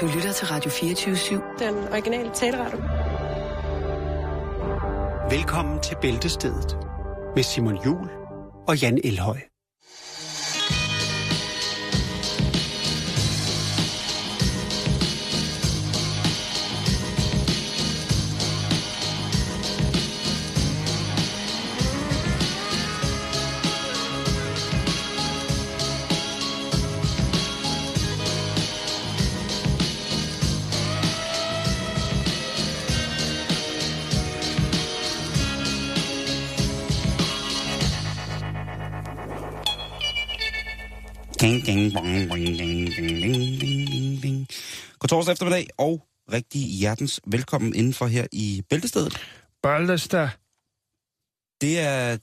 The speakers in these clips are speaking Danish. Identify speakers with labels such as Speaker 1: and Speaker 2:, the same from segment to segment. Speaker 1: Du lytter til Radio 24-7.
Speaker 2: Den originale taleradio.
Speaker 3: Velkommen til Bæltestedet med Simon Jul og Jan Elhøj.
Speaker 4: Ding, ding, bong, bong, ding, ding, ding, ding, ding, ding. God torsdag eftermiddag, og rigtig hjertens velkommen indenfor her i Bæltestedet.
Speaker 5: Bøllestad.
Speaker 4: Det er,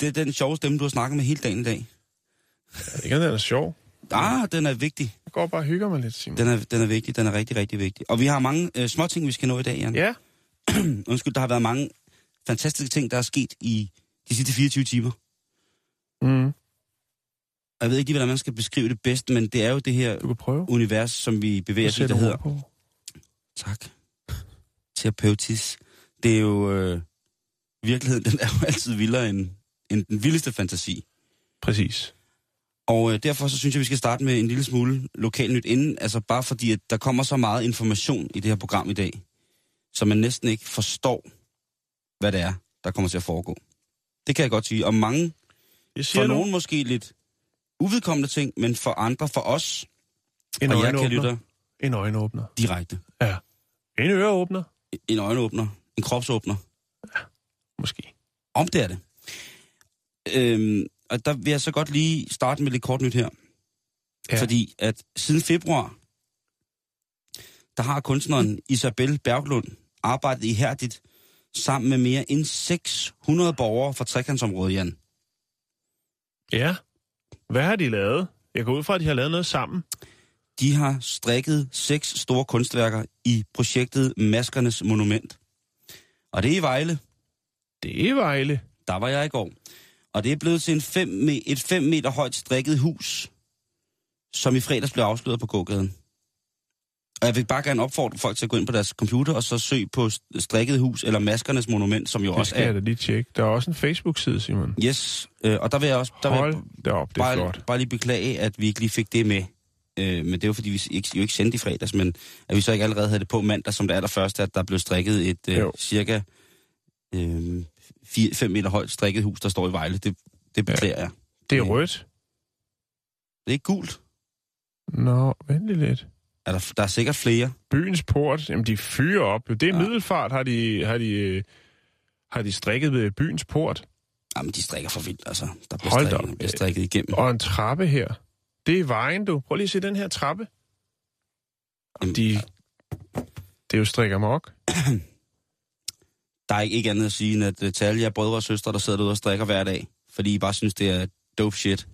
Speaker 4: det er den sjove stemme, du har snakket med hele dagen i dag.
Speaker 5: Ikke, at den er sjov.
Speaker 4: Ah, den er vigtig.
Speaker 5: Jeg går bare og hygger mig lidt, Simon.
Speaker 4: Den er, den er vigtig. Den er rigtig, rigtig vigtig. Og vi har mange øh, små ting, vi skal nå i dag, Jan.
Speaker 5: Ja,
Speaker 4: Undskyld, der har været mange fantastiske ting, der er sket i de sidste 24 timer.
Speaker 5: mm.
Speaker 4: Og jeg ved ikke lige, hvordan man skal beskrive det bedst, men det er jo det her
Speaker 5: du kan prøve.
Speaker 4: univers, som vi bevæger
Speaker 5: Jeg
Speaker 4: os i, der hedder Tak. Terapeutisk. Det er jo... Øh, virkeligheden, den er jo altid vildere end, end den vildeste fantasi.
Speaker 5: Præcis.
Speaker 4: Og øh, derfor så synes jeg, vi skal starte med en lille smule lokalnyt inden, altså bare fordi, at der kommer så meget information i det her program i dag, så man næsten ikke forstår, hvad det er, der kommer til at foregå. Det kan jeg godt sige. Og mange,
Speaker 5: Jeg
Speaker 4: for
Speaker 5: siger nu,
Speaker 4: nogen måske lidt uvedkommende ting, men for andre, for os,
Speaker 5: en
Speaker 4: og jeg kan
Speaker 5: øjenåbner.
Speaker 4: lytte
Speaker 5: En øjenåbner.
Speaker 4: direkte.
Speaker 5: En øreåbner,
Speaker 4: En øjenåbner, en kropsåbner,
Speaker 5: måske.
Speaker 4: Om det er det. Øhm, og der vil jeg så godt lige starte med lidt kort nyt her. Ja.
Speaker 5: Ja.
Speaker 4: Fordi at siden februar, der har kunstneren Isabel Berglund arbejdet ihærdigt sammen med mere end 600 borgere fra trekantsområdet, Jan.
Speaker 5: Ja. Hvad har de lavet? Jeg går ud fra, at de har lavet noget sammen.
Speaker 4: De har strikket seks store kunstværker i projektet Maskernes Monument. Og det er i Vejle.
Speaker 5: Det er Vejle.
Speaker 4: Der var jeg i går. Og det er blevet til en fem me- et 5 meter højt strikket hus, som i fredags blev afsløret på gågaden. Og jeg vil bare gerne opfordre folk til at gå ind på deres computer og så søge på st- strikket hus eller maskernes monument, som jo
Speaker 5: Det
Speaker 4: også
Speaker 5: skal jeg
Speaker 4: er...
Speaker 5: da lige tjekke. Der er også en Facebook-side, Simon.
Speaker 4: Yes, øh, og der vil jeg også der vil jeg
Speaker 5: Hold da op, det er
Speaker 4: bare,
Speaker 5: flot.
Speaker 4: bare lige beklage, at vi ikke lige fik det med. Øh, men det var fordi, vi ikke, jo ikke sendte i fredags, men at vi så ikke allerede havde det på mandag, som det allerførste, at der blev strikket et øh,
Speaker 5: Jo.
Speaker 4: cirka 5 fem meter højt strikket hus, der står i Vejle. Det, det beklager jeg.
Speaker 5: Det er rødt.
Speaker 4: Det er ikke gult.
Speaker 5: Nå, vent lige lidt.
Speaker 4: Er der, der er sikkert flere.
Speaker 5: Byens port, jamen de fyrer op. jo. Det er
Speaker 4: Ja.
Speaker 5: ja. middelfart, har de, har, de, øh, har de strikket ved byens port.
Speaker 4: Jamen, de strikker for vildt, altså. Der bliver,
Speaker 5: Hold da
Speaker 4: strikket,
Speaker 5: op.
Speaker 4: bliver strikket igennem.
Speaker 5: Og en trappe her. Det er vejen, du. Prøv lige at se den her trappe.
Speaker 4: Jamen,
Speaker 5: De, det er jo strikker mok.
Speaker 4: Der er ikke, ikke andet at sige, end at uh, til alle jer brødre og søstre, der sidder derude og strikker hver dag, fordi I bare synes, det er dope shit.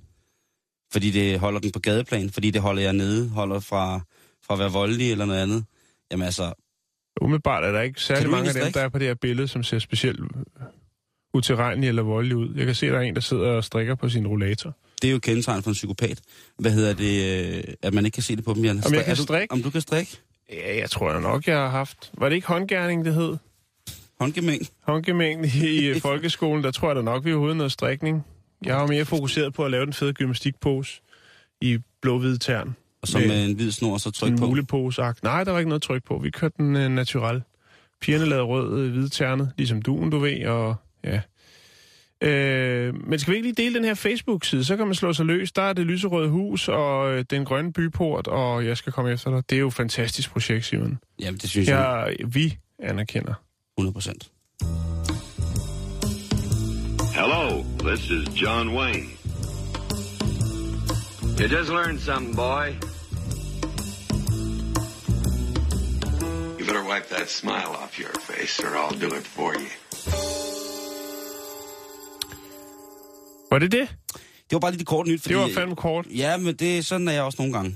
Speaker 4: Fordi det holder den på gadeplan, fordi det holder jer nede, holder fra, fra at være voldelig eller noget andet. Jamen altså,
Speaker 5: Umiddelbart er der ikke
Speaker 4: Kan
Speaker 5: særlig
Speaker 4: du
Speaker 5: mange af
Speaker 4: egentlig
Speaker 5: dem,
Speaker 4: strikke?
Speaker 5: der er på det her billede, som ser specielt øh, utilregnelige eller voldelige ud. Jeg kan se, at der er en, der sidder og strikker på sin rollator.
Speaker 4: det er jo kendetegn for en psykopat. Hvad hedder det, øh, at man ikke kan se det på dem, Jan?
Speaker 5: Om jeg
Speaker 4: Strik-
Speaker 5: kan
Speaker 4: er du-
Speaker 5: strikke?
Speaker 4: Om du kan strikke?
Speaker 5: Ja, jeg tror jo nok, jeg har haft. Var det ikke håndgærning, det hed?
Speaker 4: Håndgemæng?
Speaker 5: Håndgemængden i øh, folkeskolen, der tror jeg da nok, vi er ude noget strikning. Jeg var mere fokuseret på at lave den fede gymnastikpose i blå-hvide tern.
Speaker 4: Og så
Speaker 5: Med
Speaker 4: med en hvid snor, så tryk
Speaker 5: en
Speaker 4: på.
Speaker 5: mulepose -agt. Nej, der var ikke noget tryk på. Vi kørte den uh, natural. Pigerne lavede rød øh, hvide ternet, ligesom duen, du ved, og ja. Øh, men skal vi ikke lige dele den her Facebook-side, så kan man slå sig løs. Der er det lyserøde hus og øh, den grønne byport, og jeg skal komme efter dig. Det er jo et fantastisk projekt, Simon.
Speaker 4: Jamen, det synes jeg
Speaker 5: Jeg, vi anerkender.
Speaker 4: 100 procent.
Speaker 6: Hello, this is John Wayne. You just learned something, boy. You better wipe that smile off your face, or I'll do it for you.
Speaker 5: Var det det?
Speaker 4: Det var bare lige det korte nyt, fordi...
Speaker 5: Det var fandme kort.
Speaker 4: Ja, men det, er- sådan er jeg også nogle gange.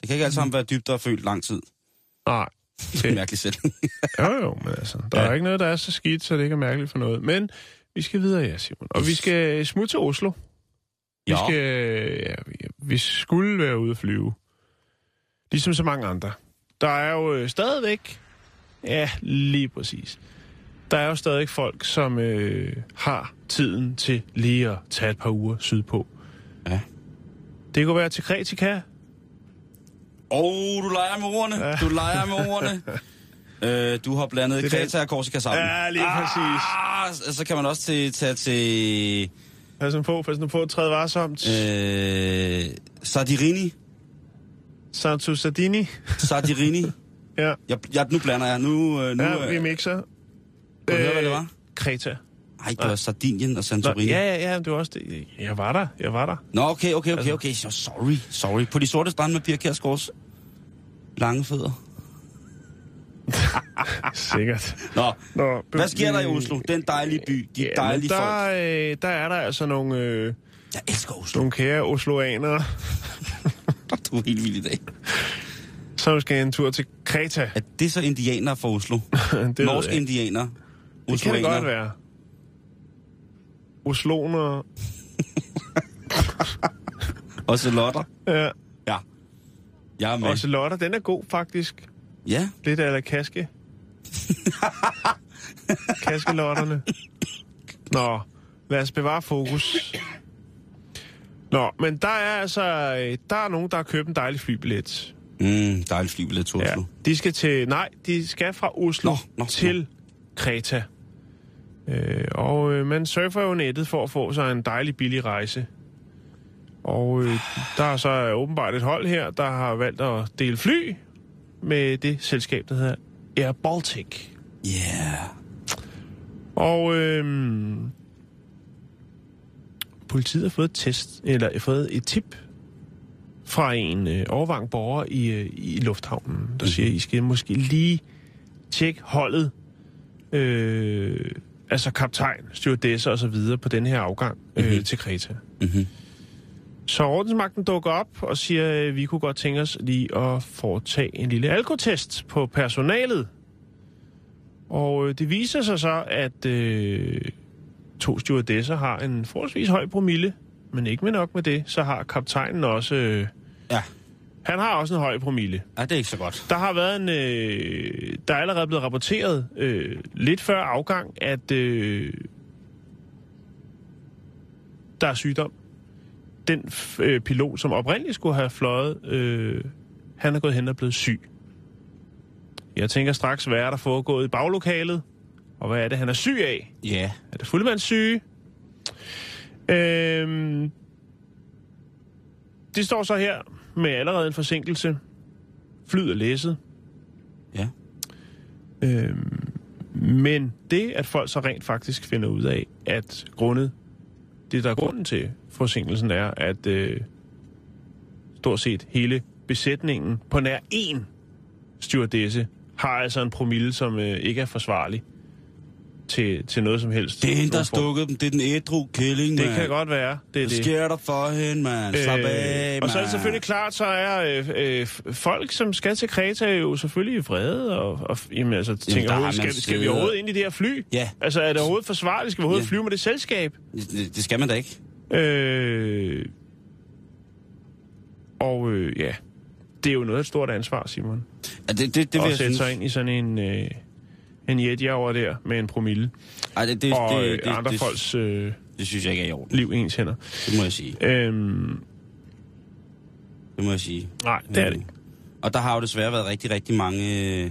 Speaker 4: Det kan ikke alt
Speaker 5: Mm.
Speaker 4: sammen være dybt og følt lang tid.
Speaker 5: Nej.
Speaker 4: Det er en mærkelig sætning.
Speaker 5: Jo, jo, men altså, der
Speaker 4: Ja.
Speaker 5: ja. er ikke noget, der er så skidt, så det ikke er mærkeligt for noget. Men vi skal videre, ja, Simon. Og vi skal smutte til Oslo. Vi, øh, skal, ja, vi- vi skulle være ude at flyve. Ligesom så mange andre. Der er jo øh, stadigvæk... Ja, lige præcis. Der er jo stadigvæk folk, som øh, har tiden til lige at tage et par uger sydpå.
Speaker 7: Ja.
Speaker 5: Det kunne være til Kretika.
Speaker 7: Åh, oh, du leger med ordene. Ja. Du leger med ordene. øh, du har blandet
Speaker 5: Det er
Speaker 7: Kreta og Korsika sammen.
Speaker 5: Ja, lige præcis.
Speaker 7: Ah, så kan man også til, tage til
Speaker 5: Pas nu på, pas nu på, træd varsomt. Øh.
Speaker 7: øh, Sardirini.
Speaker 5: Santu Sardini.
Speaker 7: Sardirini.
Speaker 5: Ja,
Speaker 7: jeg, jeg, nu blander jeg. Nu, øh, nu,
Speaker 5: ja vi
Speaker 7: øh,
Speaker 5: mixer. Øh,
Speaker 7: du høre, hvad det var?
Speaker 5: Kreta.
Speaker 7: Ej, det var Sardinien og
Speaker 5: Nå,
Speaker 7: Santorini.
Speaker 5: ja, ja, ja, det var også det. Jeg var der, jeg var der.
Speaker 7: Nå, okay, okay,
Speaker 5: Altså-
Speaker 7: okay, okay. Så sorry, sorry. På de sorte strande med Pia Kjærsgaards lange fødder. ah.
Speaker 5: Sikkert.
Speaker 7: Nå,
Speaker 5: Nå,
Speaker 7: hvad sker der i Oslo? Den dejlige by, de
Speaker 5: men
Speaker 7: dejlige
Speaker 5: der,
Speaker 7: folk.
Speaker 5: Øh, der er der altså nogle, øh,
Speaker 7: Jeg elsker Oslo.
Speaker 5: nogle kære osloanere,
Speaker 7: Du er helt vild i dag.
Speaker 5: som skal en tur til Kreta.
Speaker 7: Er det så indianere fra Oslo?
Speaker 5: det ved
Speaker 7: Norske
Speaker 5: jeg ikke.
Speaker 7: indianer.
Speaker 5: det kan det
Speaker 7: Osloaner.
Speaker 5: godt være. Osloner.
Speaker 7: Og salotter.
Speaker 5: Ja,
Speaker 7: Ja. Jeg er med.
Speaker 5: og Lotter, den er god faktisk.
Speaker 7: Ja.
Speaker 5: Lidt af kaske. Kaskelotterne. Nå, lad os bevare fokus. Nå, men der er altså øh, der er nogen, der har købt en dejlig flybillet.
Speaker 7: Mm, dejlig flybillet til Oslo.
Speaker 5: De skal til, nej, de skal fra Oslo
Speaker 7: Nå,
Speaker 5: nå,
Speaker 7: nå,
Speaker 5: nå, til Kreta. Øh, og øh, man surfer jo nettet for at få sig en dejlig billig rejse. Og øh, der er så åbenbart et hold her, der har valgt at dele fly med det selskab, der hedder Air Baltic.
Speaker 7: Yeah.
Speaker 5: Og øh, politiet har fået et test, eller fået et tip fra en øh, overvang borger i, øh, i lufthavnen, der siger, I skal måske lige tjekke holdet, øh, altså kaptajn, stewardesser og så videre på den her afgang øh, mm-hmm. til Kreta.
Speaker 7: Mhm.
Speaker 5: Så ordensmagten dukker op og siger, øh, vi kunne godt tænke os lige at foretage en lille alkotest på personalet. Og øh, det viser sig så, at øh, to stewardesser har en forholdsvis høj promille, men ikke med nok med det, så har kaptajnen også... Øh,
Speaker 7: Ja.
Speaker 5: han har også en høj promille.
Speaker 7: ja, det er ikke så godt.
Speaker 5: Der har været en... Øh, der er allerede blevet rapporteret øh, lidt før afgang, at øh, der er sygdom. Den f- øh, pilot, som oprindeligt skulle have fløjet, øh, han er gået hen og blevet syg. Jeg tænker straks, hvad er der foregået i baglokalet? Og hvad er det, han er syg af?
Speaker 7: Ja. Yeah.
Speaker 5: Er det fuldmandssyge? Øhm, det står så her med allerede en forsinkelse. Flyet er læsset.
Speaker 7: Ja.
Speaker 5: Øhm, men det, at folk så rent faktisk finder ud af, at grundet, det der er grunden til forsinkelsen er, at øh, stort set hele besætningen på nær én stewardesse har altså en promille, som øh, ikke er forsvarlig til, til noget som helst.
Speaker 7: Det er hende, der
Speaker 5: Nogen form-
Speaker 7: stukket dem. Det er den ædru killing,
Speaker 5: det
Speaker 7: mand.
Speaker 5: kan godt være. Det er
Speaker 7: Hvad
Speaker 5: det.
Speaker 7: sker der for hende, mand? Slap øh, af,
Speaker 5: og så er det
Speaker 7: mand.
Speaker 5: selvfølgelig klart, så er øh, øh, folk, som skal til Kreta, jo selvfølgelig vrede, og, og jamen, altså, tænker,
Speaker 7: der har
Speaker 5: jamen,
Speaker 7: man
Speaker 5: skal, skal vi
Speaker 7: siddet-
Speaker 5: overhovedet ind i det her fly?
Speaker 7: Ja.
Speaker 5: Altså, er det overhovedet forsvarligt? Skal vi overhovedet
Speaker 7: Ja.
Speaker 5: ja. flyve med det selskab?
Speaker 7: Det, det skal man da ikke.
Speaker 5: Øh, og øh, ja, det er jo noget af et stort ansvar, Simon.
Speaker 7: Ja, det, det, det
Speaker 5: Det
Speaker 7: vil
Speaker 5: at
Speaker 7: jeg
Speaker 5: sætte
Speaker 7: synes.
Speaker 5: sig ind i sådan en... Øh, en jetjager over der med en promille,
Speaker 7: Ej, det, det,
Speaker 5: og
Speaker 7: det,
Speaker 5: øh,
Speaker 7: det,
Speaker 5: andre
Speaker 7: det,
Speaker 5: folks øh,
Speaker 7: det synes jeg ikke er i orden.
Speaker 5: liv i ens hænder.
Speaker 7: Det må jeg sige.
Speaker 5: Øhm,
Speaker 7: Det må jeg sige.
Speaker 5: nej, det er det ikke.
Speaker 7: Og der har jo desværre været rigtig, rigtig mange... øh,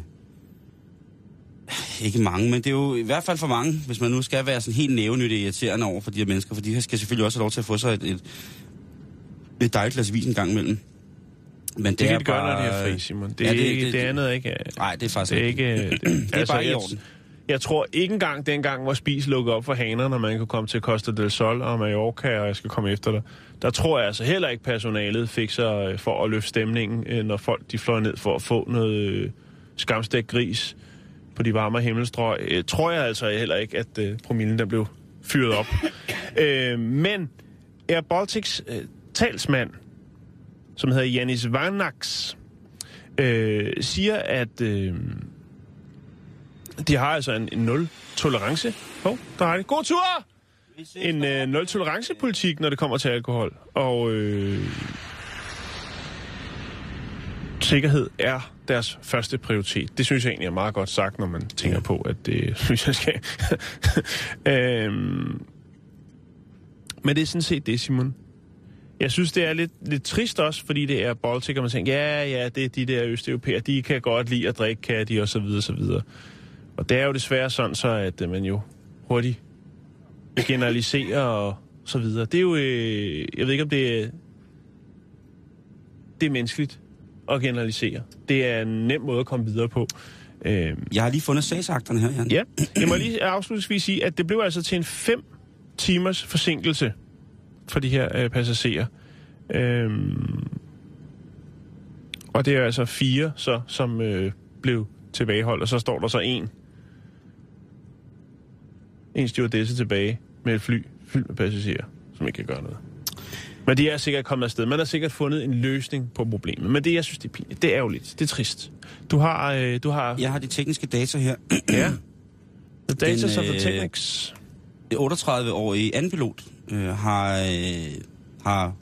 Speaker 7: Ikke mange, men det er jo i hvert fald for mange, hvis man nu skal være sådan helt nævenyttig irriterende over for de her mennesker, for de her skal selvfølgelig også have lov til at få sig et, et, et dejligt glas vin en gang imellem. Men det,
Speaker 5: Det, det
Speaker 7: er
Speaker 5: kan de gøre,
Speaker 7: bare...
Speaker 5: når de har fri, Simon. Det,
Speaker 7: Ja,
Speaker 5: er
Speaker 7: det-
Speaker 5: ikke,
Speaker 7: det-
Speaker 5: det,
Speaker 7: det-
Speaker 5: andet er ikke...
Speaker 7: Nej, det er faktisk
Speaker 5: Det er ikke... Det, det
Speaker 7: er bare ikke i orden.
Speaker 5: Jeg, jeg tror ikke engang dengang, hvor Spis lukkede op for hanerne, og man kunne komme til Costa del Sol og Mallorca, og jeg skal komme efter dig. Der tror jeg altså heller ikke, personalet fik sig øh, for at løfte stemningen, øh, når folk de fløj ned for at få noget øh, skamstegt gris på de varme himmelstrøg. Øh, tror jeg altså heller ikke, at øh, promillen der blev fyret op. øh, men Air Baltics øh, talsmand, som hedder Janis Varnax, øh, siger, at øh, de har altså en, en nul-tolerance. Hov, der har det. God tur! En øh, nul-tolerance-politik, når det kommer til alkohol. Og øh, sikkerhed er deres første prioritet. Det synes jeg egentlig er meget godt sagt, når man tænker ja. på, at det synes jeg skal. øhm, men det er sådan set det, Simon. Jeg synes, det er lidt, lidt trist også, fordi det er Baltic, og man tænker, ja, ja, det er de der østeuropæer, de kan godt lide at drikke caddy, og så videre, så videre. Og det er jo desværre sådan så, at øh, man jo hurtigt generaliserer og så videre. Det er jo, øh, jeg ved ikke, om det er, det er menneskeligt at generalisere. Det er en nem måde at komme videre på. Øh,
Speaker 7: Jeg har lige fundet sagsakterne her, Jan.
Speaker 5: Ja, jeg må lige afslutningsvis sige, at det blev altså til en 5 timers forsinkelse for de her øh, passagerer. Øhm, og det er altså fire, så, som øh, blev tilbageholdt, og så står der så en. En stewardesse tilbage med et fly fyldt med passagerer, som ikke kan gøre noget. Men de er sikkert kommet afsted. Man har sikkert fundet en løsning på problemet. Men det, jeg synes, det er pinligt. Det er ærgerligt. Det er trist. Du har... Øh, du har
Speaker 7: Jeg har de tekniske data her.
Speaker 5: Ja. The data
Speaker 7: Den,
Speaker 5: of the
Speaker 7: øh,
Speaker 5: technics.
Speaker 7: 38-årige anden pilot øh, har, øh, har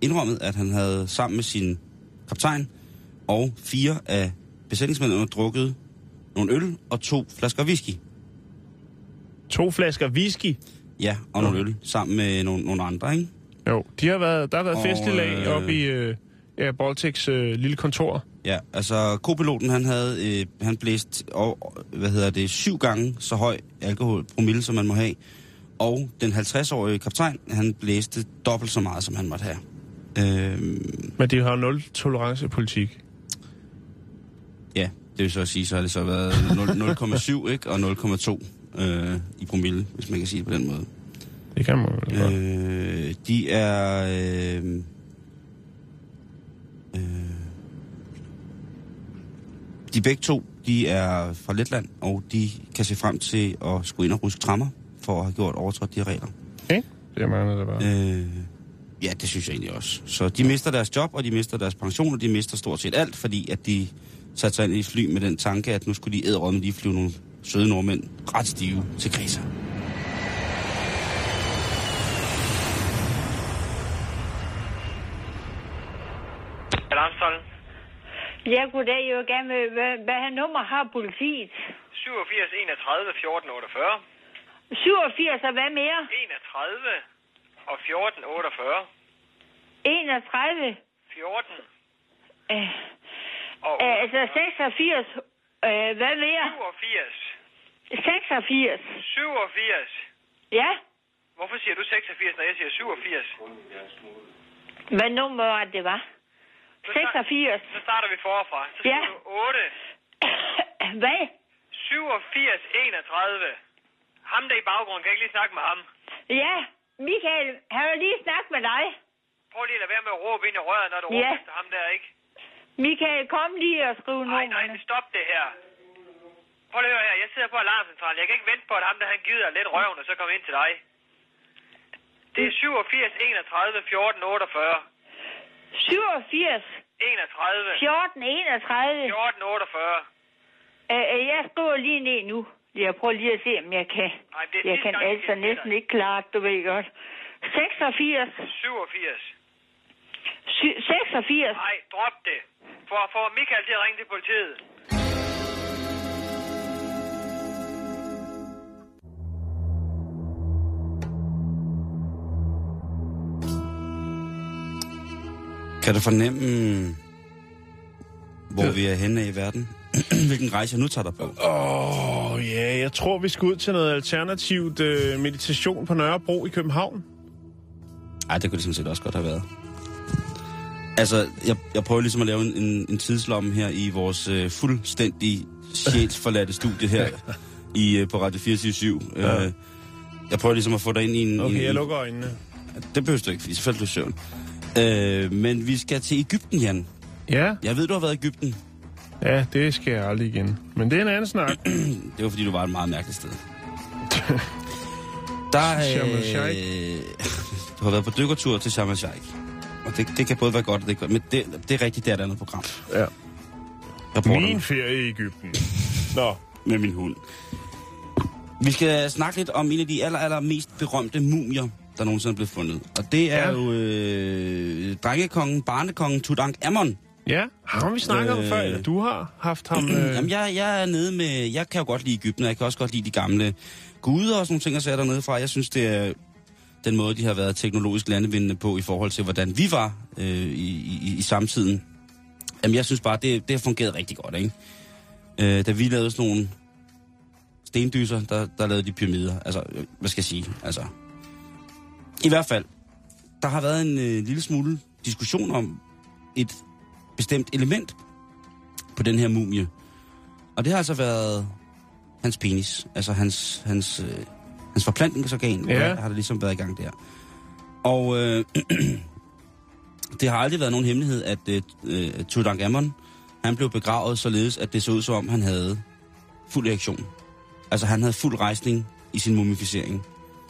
Speaker 7: indrømmet, at han havde sammen med sin kaptajn og fire af besætningsmedlemmerne drukket nogle øl og to flasker whisky.
Speaker 5: To flasker whisky.
Speaker 7: Ja, og nogle øl sammen med nogle, nogle andre, ikke?
Speaker 5: Jo, de har været, der har været
Speaker 7: Og,
Speaker 5: festlig øh,
Speaker 7: øh,
Speaker 5: oppe i øh, ja, Baltics øh, lille kontor.
Speaker 7: Ja, altså kopiloten han havde øh, han blæst og, hvad hedder det, syv gange så høj alkohol promille, som man må have. Og den 50-årige kaptajn, han blæste dobbelt så meget, som han måtte have. Øh,
Speaker 5: Men de har jo nul tolerancepolitik.
Speaker 7: ja, det vil så at sige, så har det så været 0,7 ikke? og 0,2 øh, i promille, hvis man kan sige det på den måde.
Speaker 5: Det kan man jo godt.
Speaker 7: Øh, de er... Øh, øh, de begge to, de er fra Letland, og de kan se frem til at skulle ind og ruske trammer for at have gjort overtrådt de regler.
Speaker 5: Okay. Det er meget der bare.
Speaker 7: Øh, ja, det synes jeg egentlig også. Så de mister deres job, og de mister deres pension, og de mister stort set alt, fordi at de satte sig ind i et fly med den tanke, at nu skulle de æderømme lige flyve nogle søde nordmænd ret stive til Kreta.
Speaker 8: Alarmstollen.
Speaker 9: Jeg kunne da jo gerne, med, hvad, hvad her nummer har politiet?
Speaker 8: 87, 31, 14, 48.
Speaker 9: 87 og hvad mere?
Speaker 8: 31 og 14, 48.
Speaker 9: 31?
Speaker 8: 14
Speaker 9: Øh,
Speaker 8: og
Speaker 9: øh, altså 86, øh, hvad mere?
Speaker 8: 87.
Speaker 9: 86,
Speaker 8: 87.
Speaker 9: ja?
Speaker 8: Hvorfor siger du 86, når jeg siger 87?
Speaker 9: Hvad nummer var det, var? 86,
Speaker 8: Så starter vi forfra. Så siger
Speaker 9: Ja.
Speaker 8: du 8,
Speaker 9: hvad?
Speaker 8: 87, 31. Ham der i baggrunden, kan jeg ikke lige snakke med ham?
Speaker 9: Ja, Michael, har jeg lige snakket med dig?
Speaker 8: Prøv lige at lade være med at råbe ind i røret, når du
Speaker 9: Ja.
Speaker 8: råber efter ham der, ikke?
Speaker 9: Michael, kom lige og skriv
Speaker 8: Nej, nej,
Speaker 9: nummerne.
Speaker 8: stop det her. Prøv lige at høre her, jeg sidder på alarmcentralen. Jeg kan ikke vente på, at ham der han gider lidt røven, og så kommer ind til dig. Det er 87, 31, 14, 48.
Speaker 9: 87,
Speaker 8: 31,
Speaker 9: 14, 31.
Speaker 8: 14, 48.
Speaker 9: Øh, øh, jeg skriver lige ned nu. Jeg prøver lige at se, om jeg kan.
Speaker 8: Ej, det er
Speaker 9: jeg
Speaker 8: sidste
Speaker 9: kan
Speaker 8: gang, vi
Speaker 9: altså
Speaker 8: skal se
Speaker 9: næsten
Speaker 8: dig.
Speaker 9: ikke klare det, du ved godt. 86,
Speaker 8: 87.
Speaker 9: sy- 86,
Speaker 8: Nej, drop det. For at få Michael til at ringe til politiet.
Speaker 7: Kan du fornemme, hvor vi er henne af i verden? Hvilken rejse jeg nu tager dig på? Øh.
Speaker 5: Åh, oh, ja, yeah, jeg tror, vi skal ud til noget alternativt øh, meditation på Nørrebro i København.
Speaker 7: Ej, det kunne det sådan set også godt have været. Altså, jeg, jeg prøver ligesom at lave en, en, en tidslomme her i vores øh, fuldstændig sjælsforladte studie her i, øh, på Radio 24 ja. øh, Jeg prøver ligesom at få dig ind i en... i
Speaker 5: Okay,
Speaker 7: en,
Speaker 5: jeg lukker øjnene.
Speaker 7: Det behøver du ikke, fordi så falder du i søvn. Øh, men vi skal til Ægypten, Jan.
Speaker 5: Ja,
Speaker 7: Jeg ved, du har været i Ægypten.
Speaker 5: ja, det skal jeg aldrig igen. Men det er en anden snak.
Speaker 7: Det var, fordi du var et meget mærkeligt sted. Der,
Speaker 5: Sharm el Sheikh.
Speaker 7: øh, du har været på dykkertur til Sharm el Sheikh. Og det, det kan både være godt og det er godt. Men det, det er rigtigt, det er et andet program.
Speaker 5: Ja.
Speaker 7: Rapporterne.
Speaker 5: Min ferie i Ægypten. Nå,
Speaker 7: med min hund. Vi skal snakke lidt om en af de aller, aller mest berømte mumier, der nogensinde er blevet fundet. Og det er
Speaker 5: Ja.
Speaker 7: jo øh, drengekongen, barnekongen Tutankhamon,
Speaker 5: Ja, ham vi snakker øh... om før,
Speaker 7: Øh.
Speaker 5: eller du har haft ham... Øh...
Speaker 7: Jamen, jeg, jeg er nede med... Jeg kan jo godt lide Ægypten, og jeg kan også godt lide de gamle guder og sådan nogle ting, jeg ser dernede fra. Jeg synes, det er den måde, de har været teknologisk landevindende på i forhold til, hvordan vi var øh, i, i, i samtiden. Jamen, jeg synes bare, det, det har fungeret rigtig godt, ikke? Øh, da vi lavede sådan nogle stendyser, der, der lavede de pyramider. Altså, øh, hvad skal jeg sige? Altså, I hvert fald, der har været en øh, lille smule diskussion om et bestemt element på den her mumie. Og det har altså været hans penis, altså hans, hans, øh, hans forplantningsorgan,
Speaker 5: Ja.
Speaker 7: ja. har det ligesom været i gang der. Og øh, det har aldrig været nogen hemmelighed, at øh, øh, Tutankhamon, han blev begravet således, at det så ud som om, han havde fuld reaktion. Altså han havde fuld rejsning i sin mumificering.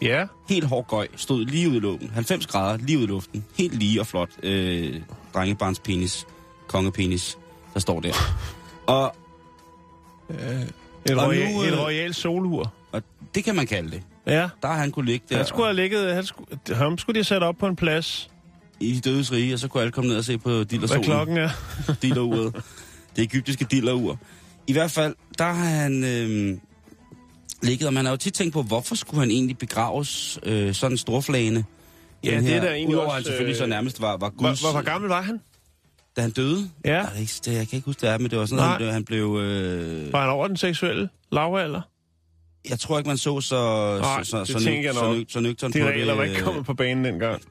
Speaker 5: Ja,
Speaker 7: Helt hård gøj, stod lige ud i luften. 90 grader, lige ud i luften. Helt lige og flot. Øh, drengebarns penis, kongepenis, der står der. Og,
Speaker 5: et,
Speaker 7: Og
Speaker 5: royal,
Speaker 7: nu,
Speaker 5: et
Speaker 7: øh,
Speaker 5: royal solur.
Speaker 7: og det kan man kalde det.
Speaker 5: Ja,
Speaker 7: Der har han kunne ligge der
Speaker 5: han skulle have ligget... Han skulle, ham skulle de have sat op på en plads,
Speaker 7: i de dødes rige, og så kunne alle komme ned og se på
Speaker 5: hvad
Speaker 7: dillersolen.
Speaker 5: klokken er.
Speaker 7: dilleruret. Det egyptiske dilleruret. I hvert fald, der har han øh, ligget, og man har jo tit tænkt på, hvorfor skulle han egentlig begraves øh, sådan storflagende?
Speaker 5: Ja,
Speaker 7: Den
Speaker 5: det er der egentlig
Speaker 7: Udover
Speaker 5: også,
Speaker 7: han selvfølgelig så
Speaker 5: øh,
Speaker 7: nærmest var, var Guds...
Speaker 5: Hvor, hvor, hvor gammel var han?
Speaker 7: Da han døde?
Speaker 5: Ja.
Speaker 7: Jeg, ikke, det, jeg kan ikke huske, det er, men det var sådan,
Speaker 5: Nej.
Speaker 7: noget, han blev... Han blev øh,
Speaker 5: Var han over den seksuelle lavalder?
Speaker 7: jeg tror ikke, man så så,
Speaker 5: Nej,
Speaker 7: så, så,
Speaker 5: det
Speaker 7: så,
Speaker 5: tænker
Speaker 7: nøg,
Speaker 5: jeg
Speaker 7: så,
Speaker 5: nok.
Speaker 7: nøg, så nøgtern
Speaker 5: De
Speaker 7: på
Speaker 5: regler
Speaker 7: det,
Speaker 5: var ikke
Speaker 7: øh,
Speaker 5: kommet på banen dengang.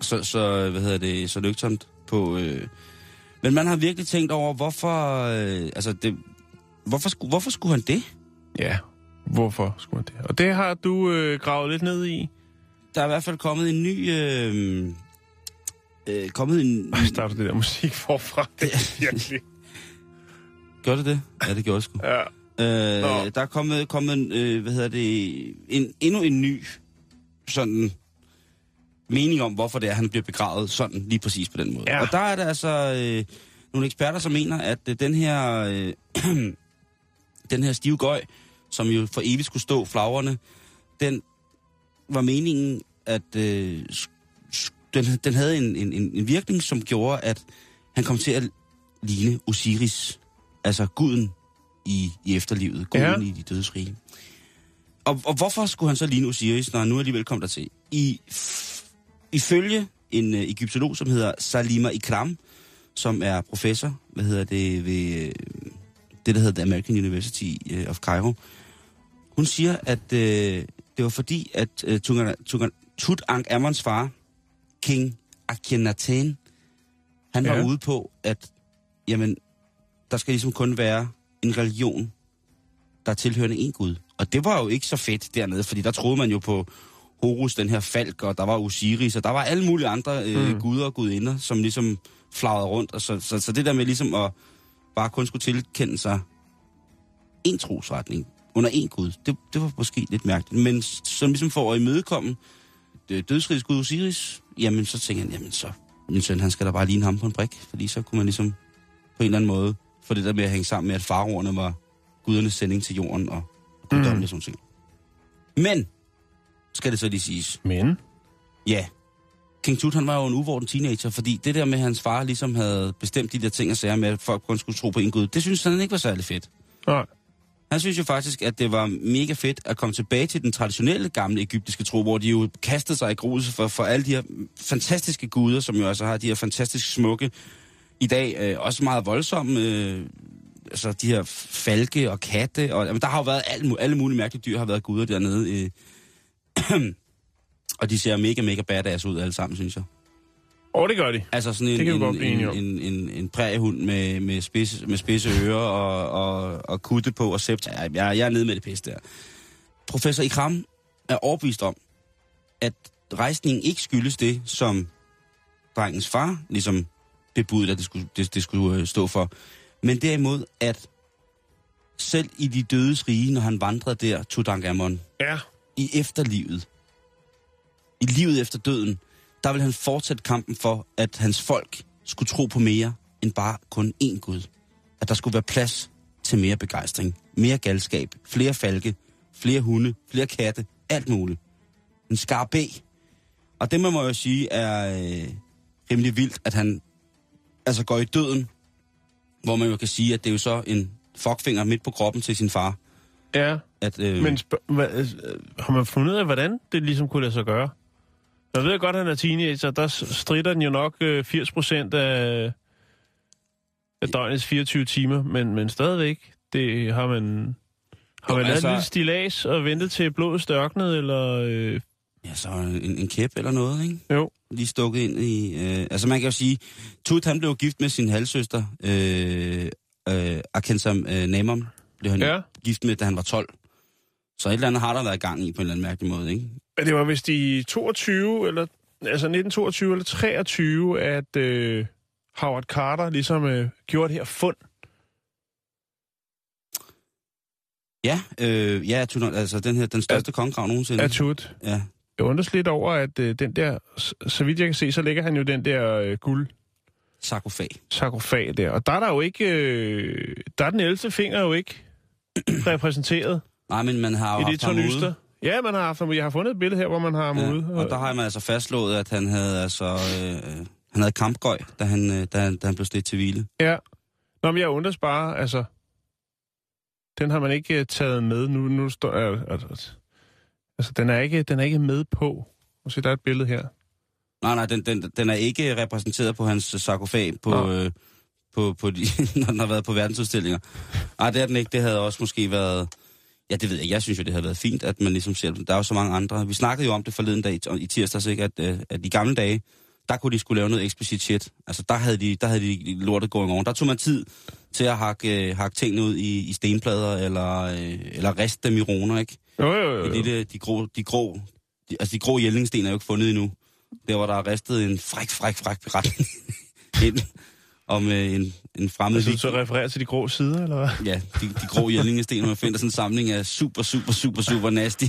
Speaker 7: så, så, hvad hedder det, så nøgternt på... Øh. Men man har virkelig tænkt over, hvorfor... Øh, altså, det, hvorfor, sku, hvorfor skulle han det?
Speaker 5: Ja, hvorfor skulle man det? Og det har du øh, gravet lidt ned i.
Speaker 7: Der er i hvert fald kommet en ny... Øh, øh, kommet en...
Speaker 5: Jeg starter det der musik forfra. Det er virkelig.
Speaker 7: Gør det det? Ja, det gjorde det sgu.
Speaker 5: Ja. Nå.
Speaker 7: Øh, der er kommet, kommet en, øh, hvad hedder det, en, endnu en ny sådan mening om, hvorfor det er, han bliver begravet sådan lige præcis på den måde.
Speaker 5: Ja.
Speaker 7: Og der er der altså øh, nogle eksperter, som mener, at øh, den her, øh, den her stive gøj, som jo for evigt skulle stå flagrende, den var meningen, at øh, s- s- den, den havde en, en, en en virkning, som gjorde, at han kom til at ligne Osiris, altså guden i, i efterlivet, guden
Speaker 5: Ja.
Speaker 7: ja. i de dødes rige. Og, og hvorfor skulle han så ligne Osiris, når han nu alligevel kom dertil? I, ifølge en øh, egyptolog, som hedder Salima Ikram, som er professor, hvad hedder det, ved øh, det, der hedder The American University øh, of Cairo, hun siger, at øh, det var fordi, at øh, Tungan- Tungan- Tutankhamons far, King Akhenaten, han var
Speaker 5: Ja.
Speaker 7: ude på, at jamen, der skal ligesom kun være en religion, der er tilhørende en Gud. Og det var jo ikke så fedt dernede, fordi der troede man jo på Horus, den her falk, og der var Osiris, og der var alle mulige andre øh, mm. guder og gudinder, som ligesom flagrede rundt. Og så, så, så det der med ligesom at bare kun skulle tilkende sig en trosretning under en Gud, det, det var måske lidt mærkeligt. Men s- som ligesom for at imødekomme øh, dødsrigets Gud Osiris, jamen så tænker han, jamen så, min søn, han skal da bare ligne ham på en brik, fordi så kunne man ligesom på en eller anden måde få det der med at hænge sammen med, at farorerne var gudernes sending til jorden og guddommelig mm. sådan ting. Men, skal det så lige siges,
Speaker 5: Men?
Speaker 7: ja, King Tut, han var jo en uvorden teenager, fordi det der med, at hans far ligesom havde bestemt de der ting og sager med, at folk kun skulle tro på en gud, det synes han ikke var særlig fedt.
Speaker 5: Nej.
Speaker 7: Han synes jo faktisk, at det var mega fedt at komme tilbage til den traditionelle gamle egyptiske tro, hvor de jo kastede sig i gruse for, for alle de her fantastiske guder, som jo altså har de her fantastisk smukke, i dag øh, også meget voldsomme, øh, altså de her falke og katte, og jamen, der har jo været alle, mu- alle mulige mærkelige dyr, har været guder dernede. Øh. og de ser mega, mega badass ud alle sammen, synes jeg.
Speaker 5: Og det gør de.
Speaker 7: Altså sådan
Speaker 5: Det kan vi
Speaker 7: en,
Speaker 5: godt blive
Speaker 7: en,
Speaker 5: enige om.
Speaker 7: en, en, en præriehund med, med, spids, med spidse ører og, og, og kutte på og sept. Jeg, jeg, jeg er nede med det pis der. Professor Ikram er overbevist om, at rejsningen ikke skyldes det, som drengens far ligesom bebudte, at det skulle, det, det skulle øh, stå for. Men derimod, at selv i de dødes rige, når han vandrede der, Tutankhamon,
Speaker 5: Ja.
Speaker 7: i efterlivet, i livet efter døden, der vil han fortsætte kampen for, at hans folk skulle tro på mere end bare kun én Gud. At der skulle være plads til mere begejstring, mere galskab, flere falke, flere hunde, flere katte, alt muligt. En skarpe. Og det man må jo sige er øh, rimelig vildt, at han altså går i døden Hvor man jo kan sige, at det er jo så en fuckfinger midt på kroppen til sin far.
Speaker 5: Ja,
Speaker 7: At, øh,
Speaker 5: men spørg, hvad, øh, har man fundet ud af, hvordan det ligesom kunne lade sig gøre? Jeg ved godt, at han er teenager, der s- strider den jo nok øh, 80 procent af, af døgnets 24 timer, men, men stadigvæk, det har man... Har
Speaker 7: Jo,
Speaker 5: man lavet altså...
Speaker 7: altså-
Speaker 5: en lille stilas og ventet til blodet størknede, eller... Øh,
Speaker 7: ja, så en, en kæp eller noget, ikke?
Speaker 5: jo,
Speaker 7: lige stukket ind i... Øh, altså man kan jo sige, Tut han blev gift med sin halvsøster, øh, øh, Akensam øh, Namam, blev han
Speaker 5: Ja.
Speaker 7: ja. gift med, da han var 12. Så et eller andet har der været gang i på en eller anden mærkelig måde, ikke?
Speaker 5: Men det var vist i 22, eller, altså 1922 eller 23, at øh, Howard Carter ligesom øh, gjorde det her fund.
Speaker 7: Ja, øh, ja Tut, altså den her, den største kongegrav nogensinde.
Speaker 5: af Tut.
Speaker 7: Ja,
Speaker 5: Jeg undres lidt over, at øh, den der, s- så vidt jeg kan se, så ligger han jo den der øh, guld
Speaker 7: sarkofag.
Speaker 5: sarkofag der. Og der er der jo ikke, øh, der er den 11. finger jo ikke repræsenteret
Speaker 7: Nej, men man har jo
Speaker 5: i det
Speaker 7: haft ham
Speaker 5: tornyster.
Speaker 7: ude.
Speaker 5: Ja, man har haft ham. Jeg har fundet et billede her, hvor man har ham ja, ude.
Speaker 7: Ja, og der har man altså fastslået, at han havde altså... Øh, øh, han havde kampgøj, da han, øh, da, han, da han blev stedt til hvile.
Speaker 5: Ja. Nå, men jeg undres bare, altså... Den har man ikke øh, taget med nu. nu står, øh, altså, altså, den er, ikke, den er ikke med på. Nu se, der er et billede her.
Speaker 7: Nej, nej, den, den, den er ikke repræsenteret på hans øh, sarkofag, på,
Speaker 5: Nå.
Speaker 7: øh, på, på de, når den har været på verdensudstillinger. Nej, det er den ikke. Det havde også måske været... Ja, det ved jeg. ikke. Jeg synes jo, det havde været fint, at man ligesom ser dem. Der er jo så mange andre. Vi snakkede jo om det forleden dag i- i tirsdags, ikke? At, øh, at i gamle dage, der kunne de skulle lave noget eksplicit shit. Altså, der havde de, der havde de lortet going on. Der tog man tid til at hakke, øh, hakke tingene ud i, i stenplader, eller, øh, eller riste dem i roner, ikke?
Speaker 5: Jo, jo, jo.
Speaker 7: I
Speaker 5: jo.
Speaker 7: det, der- de grå, de grå, de, altså de grå jællingsten er jo ikke fundet endnu. Der var der er ristet en fræk, fræk, fræk beretning ind om øh, en, en fremmed...
Speaker 5: Altså, så refererer til de grå sider, eller hvad?
Speaker 7: ja, de, de grå jællingsten, og man finder sådan en samling af super, super, super, super nasty.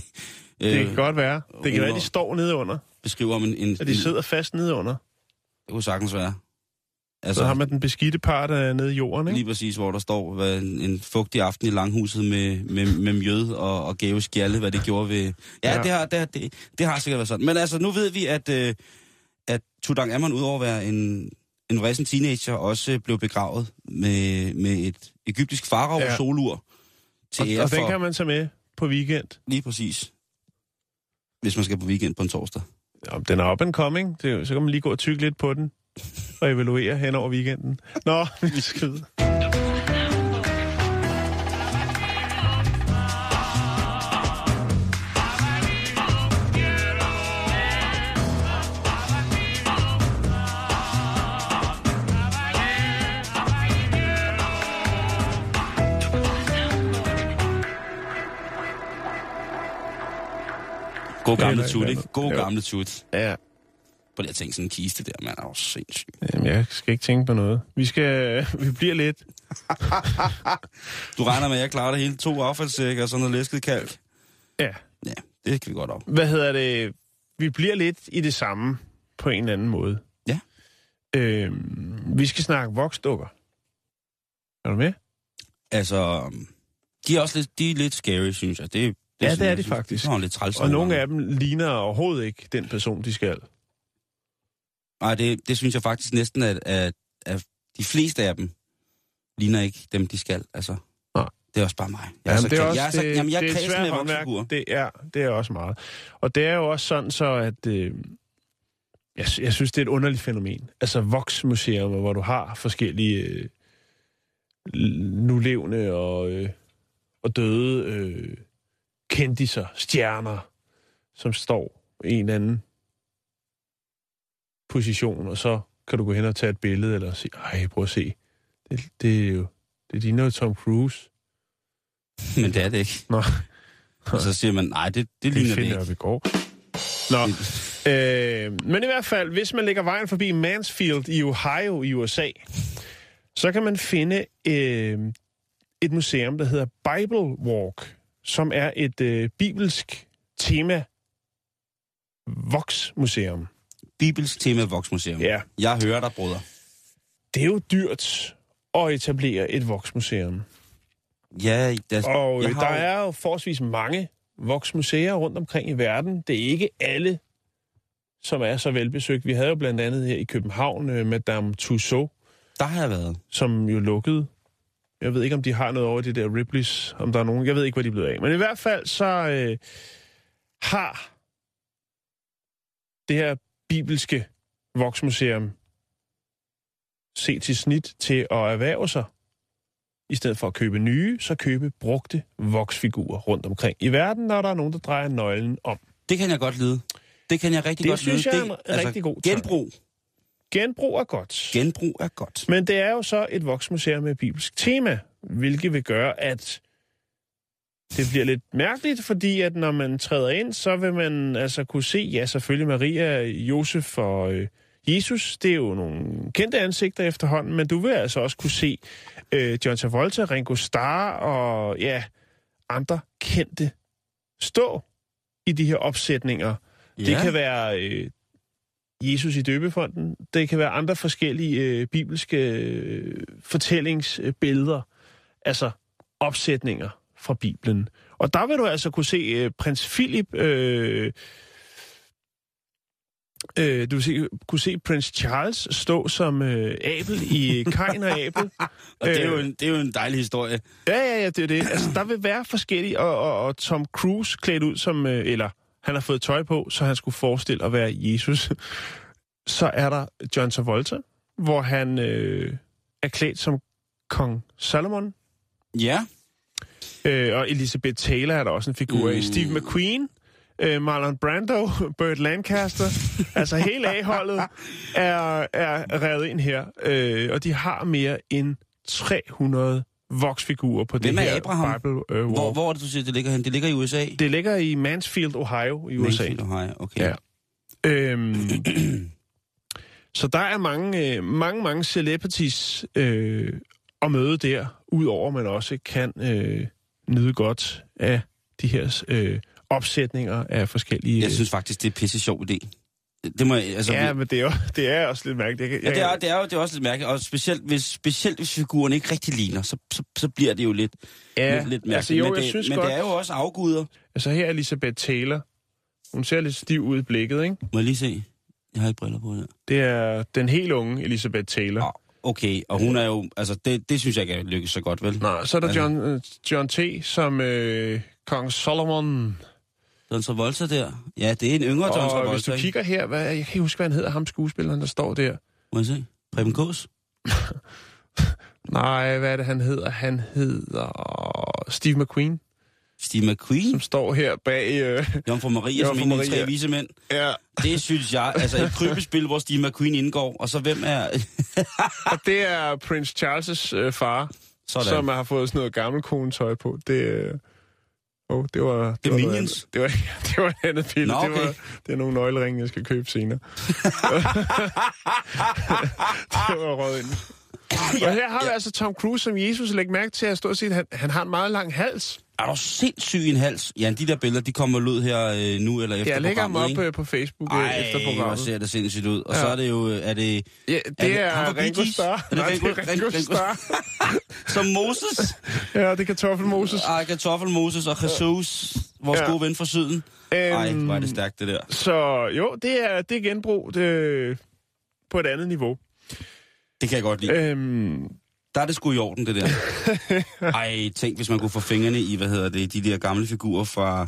Speaker 5: Det
Speaker 7: Øh,
Speaker 5: kan godt være. Det kan være, at de
Speaker 7: under-
Speaker 5: står nede under.
Speaker 7: beskriver om en... en,
Speaker 5: At
Speaker 7: en-
Speaker 5: de sidder fast nede under.
Speaker 7: Det kunne sagtens være.
Speaker 5: Så har
Speaker 7: Altså,
Speaker 5: man den beskidte part øh, nede i jorden, ikke?
Speaker 7: lige præcis, hvor der står hvad, en, en fugtig aften i langhuset med, med, med mjød og, og gave skjalle, hvad det gjorde ved... Ja,
Speaker 5: Ja.
Speaker 7: ja. Det, har, det, har, det, det har sikkert været sådan. Men altså, nu ved vi, at, øh, at Tutankhamon, udover at være en, en vristen teenager, også øh, blev begravet med, med et egyptisk
Speaker 5: Ja.
Speaker 7: farao-solur. Til ære
Speaker 5: Og, og den
Speaker 7: for-
Speaker 5: kan man tage med på weekend.
Speaker 7: Lige præcis. Hvis man skal på weekend på en torsdag.
Speaker 5: Jamen, den er up and coming. Det, er jo- så kan man lige gå og tykke lidt på den og evaluere hen over weekenden. Nå, vi skal videre.
Speaker 7: God
Speaker 5: Eller
Speaker 7: gamle
Speaker 5: et
Speaker 7: tut,
Speaker 5: eller
Speaker 7: ikke?
Speaker 5: andet.
Speaker 7: God
Speaker 5: Jo.
Speaker 7: gamle tut.
Speaker 5: Ja.
Speaker 7: Prøv lige at tænke sådan en kiste der, man er jo sindssyg.
Speaker 5: Jamen, jeg skal ikke tænke på noget. Vi skal, vi bliver lidt.
Speaker 7: Du regner med, at jeg klarer det hele. To affaldssække og sådan noget læsket kalk.
Speaker 5: Ja.
Speaker 7: Ja, det kan vi godt op.
Speaker 5: Hvad hedder det? Vi bliver lidt i det samme på en eller anden måde.
Speaker 7: Ja.
Speaker 5: Øhm, vi skal snakke voksdukker. Er du med?
Speaker 7: Altså, de er også lidt, de er lidt scary, synes jeg. Det, det
Speaker 5: Ja,
Speaker 7: synes
Speaker 5: det er
Speaker 7: jeg,
Speaker 5: de faktisk.
Speaker 7: De er jo lidt træls.
Speaker 5: Og nogle af dem ligner overhovedet ikke den person, de skal.
Speaker 7: Nej, det, det synes jeg faktisk næsten, at, at, at de fleste af dem ligner ikke dem, de skal. Altså,
Speaker 5: Nej.
Speaker 7: det er også bare mig. Jeg
Speaker 5: Jamen,
Speaker 7: så
Speaker 5: det er
Speaker 7: kred-
Speaker 5: også,
Speaker 7: jeg er så,
Speaker 5: det,
Speaker 7: jamen, jeg
Speaker 5: det
Speaker 7: er
Speaker 5: er et
Speaker 7: kredsen
Speaker 5: svært
Speaker 7: med
Speaker 5: håndværk.
Speaker 7: voksenfigurer.
Speaker 5: Det er, det er også meget. Og det er jo også sådan så, at øh, jeg, sy- jeg synes, det er et underligt fænomen. Altså voksmuseer, hvor du har forskellige øh, l- nu levende og, øh, og døde øh, kendiser, stjerner, som står i en eller anden position, og så kan du gå hen og tage et billede, eller sige, ej, prøv at se. Det, det er jo, det ligner jo Tom Cruise.
Speaker 7: Men det er det ikke.
Speaker 5: Nå.
Speaker 7: Og så siger man, nej, det, det
Speaker 5: Det
Speaker 7: ligner det
Speaker 5: finder
Speaker 7: ikke.
Speaker 5: jeg i går. Nå, øh, men i hvert fald, hvis man lægger vejen forbi Mansfield i Ohio i USA, så kan man finde øh, et museum, der hedder Bible Walk, som er et øh, bibelsk tema voksmuseum.
Speaker 7: Bibelsk tema voksmuseum.
Speaker 5: Ja.
Speaker 7: Jeg hører dig, brødre.
Speaker 5: Det er jo dyrt at etablere et voksmuseum.
Speaker 7: Ja, der,
Speaker 5: Og øh,
Speaker 7: jeg
Speaker 5: der
Speaker 7: har, jo-
Speaker 5: er jo forholdsvis mange voksmuseer rundt omkring i verden. Det er ikke alle, som er så velbesøgt. Vi havde jo blandt andet her i København øh, Madame Tussaud,
Speaker 7: Der har jeg været.
Speaker 5: som jo lukkede. Jeg ved ikke, om de har noget over de der Ripley's, om der er nogen. Jeg ved ikke, hvad de er blevet af. Men i hvert fald så øh, har det her bibelske voksmuseum set til snit til at erhverve sig. I stedet for at købe nye, så købe brugte voksfigurer rundt omkring i verden, når der er nogen, der drejer nøglen om.
Speaker 7: Det kan jeg godt lide. Det kan jeg rigtig
Speaker 5: Det
Speaker 7: godt
Speaker 5: synes
Speaker 7: lide. altså,
Speaker 5: jeg er en rigtig god tanke.
Speaker 7: Genbrug.
Speaker 5: Genbrug er godt.
Speaker 7: Genbrug er godt.
Speaker 5: Men det er jo så et voksmuseum med bibelsk tema, hvilket vil gøre, at det bliver lidt mærkeligt, fordi at når man træder ind, så vil man altså kunne se, ja selvfølgelig Maria, Josef og øh, Jesus, det er jo nogle kendte ansigter efterhånden, men du vil altså også kunne se øh, John Travolta, Ringo Starr og ja, andre kendte stå i de her opsætninger. Ja. Det kan være øh, Jesus i døbefonden. Det kan være andre forskellige øh, bibelske øh, fortællingsbilleder, altså opsætninger fra Bibelen. Og der vil du altså kunne se øh, prins Philip, øh, øh, du vil se, kunne se prins Charles stå som øh, abel i Kain og Abel.
Speaker 7: Og det
Speaker 5: Øh.
Speaker 7: er, jo en, det er jo en dejlig historie.
Speaker 5: Ja, ja, ja, det er det. Altså, der vil være forskellige, og, og, og Tom Cruise klædt ud som, øh, eller han har fået tøj på, så han skulle forestille at være Jesus. Så er der John Travolta, hvor han øh, er klædt som kong Salomon.
Speaker 7: Ja.
Speaker 5: Øh, og Elizabeth Taylor er der også en figur
Speaker 7: Mm.
Speaker 5: af. Steve McQueen, øh, Marlon Brando, Burt Lancaster, altså hele A-holdet er, er revet ind her. Øh, og de har mere end 300 voksfigurer på
Speaker 7: Hvem
Speaker 5: det
Speaker 7: er
Speaker 5: her
Speaker 7: Abraham?
Speaker 5: Bible øh, Walk.
Speaker 7: Hvor, hvor er det, du siger, det ligger hen? Det ligger i USA?
Speaker 5: Det ligger i Mansfield, Ohio i USA.
Speaker 7: Mansfield, Ohio. Okay.
Speaker 5: Ja. Øhm, så der er mange, øh, mange, mange celebrities øh, at møde der, udover at man også kan øh, nyde godt af de her øh, opsætninger af forskellige...
Speaker 7: Jeg synes faktisk, det er en pisse sjov idé. Det må jeg, altså,
Speaker 5: ja, men det er, jo- det er også lidt mærkeligt. Jeg, kan- jeg,
Speaker 7: Ja, det er, det er jo det er også lidt mærkeligt, og specielt hvis, specielt hvis figuren ikke rigtig ligner, så, så, så bliver det jo lidt, ja, lidt, lidt mærkeligt.
Speaker 5: altså, jo,
Speaker 7: men
Speaker 5: jeg
Speaker 7: det,
Speaker 5: synes
Speaker 7: men
Speaker 5: godt...
Speaker 7: det er jo også afguder.
Speaker 5: Altså her er Elisabeth Taylor. Hun ser lidt stiv ud i blikket, ikke?
Speaker 7: Må jeg lige se? Jeg har ikke briller på her.
Speaker 5: Det er den helt unge Elisabeth Taylor.
Speaker 7: Nå, Okay, og hun er jo... Altså, det, det synes jeg ikke er lykkes så godt, vel?
Speaker 5: Nej, så er der
Speaker 7: Altså-
Speaker 5: John, øh, John T. som øh, kong Solomon.
Speaker 7: John Travolta der. Ja, det er en yngre John
Speaker 5: Og
Speaker 7: Travolta.
Speaker 5: hvis du
Speaker 7: ikke?
Speaker 5: kigger her, hvad, jeg kan ikke huske, hvad han hedder, ham skuespilleren, der står der.
Speaker 7: Må jeg se? Preben Kås?
Speaker 5: Nej, hvad er det, han hedder? Han hedder Steve McQueen,
Speaker 7: Steve McQueen?
Speaker 5: som står her bag... Øh,
Speaker 7: Jomfru Maria,
Speaker 5: Jomfru
Speaker 7: som en af de
Speaker 5: Maria.
Speaker 7: tre vise mænd.
Speaker 5: ja.
Speaker 7: Det synes jeg, altså et krybespil, hvor Steve McQueen indgår, og så hvem er...
Speaker 5: Og det er Prince Charles' øh, far,
Speaker 7: Sådan.
Speaker 5: som har fået sådan noget gammel konetøj på. Det, øh, oh, det var... Det, var noget
Speaker 7: Minions.
Speaker 5: andet. Det var, det var et andet billede. Nå,
Speaker 7: Nå,
Speaker 5: okay. det,
Speaker 7: okay.
Speaker 5: var, det er nogle nøgleringe, jeg skal købe senere. det var rød ind. Og her har vi altså Tom Cruise som Jesus. Læg mærke til, at stort set, han, han har en meget lang hals.
Speaker 7: Er du sindssyg i en hals? Ja, de der billeder, de kommer vel ud her øh, nu eller efter
Speaker 5: Jeg lægger ham
Speaker 7: programmet,
Speaker 5: op
Speaker 7: ikke?
Speaker 5: øh, på Facebook øh,
Speaker 7: Ej,
Speaker 5: efter
Speaker 7: hvor
Speaker 5: programmet.
Speaker 7: ser det sindssygt ud. Og ja. så
Speaker 5: Ja.
Speaker 7: er det jo, øh, er det...
Speaker 5: Ja, det er,
Speaker 7: ham fra Bee
Speaker 5: Ringo
Speaker 7: Gees?
Speaker 5: Starr.
Speaker 7: Er det
Speaker 5: Nej,
Speaker 7: Ringo,
Speaker 5: det er Ringo Starr.
Speaker 7: Som Moses.
Speaker 5: ja, det er kartoffel Moses.
Speaker 7: Ej, kartoffel Moses og Jesus, vores
Speaker 5: Ja.
Speaker 7: ja. gode ven fra syden. Ej,
Speaker 5: Øhm,
Speaker 7: hvor er det stærkt, det der.
Speaker 5: Så jo, det er, det er genbrug det, på et andet niveau.
Speaker 7: Det kan jeg godt lide.
Speaker 5: Øhm,
Speaker 7: Der er det sgu i orden, det der. Ej, tænk, hvis man kunne få fingrene i, hvad hedder det, de der gamle figurer fra,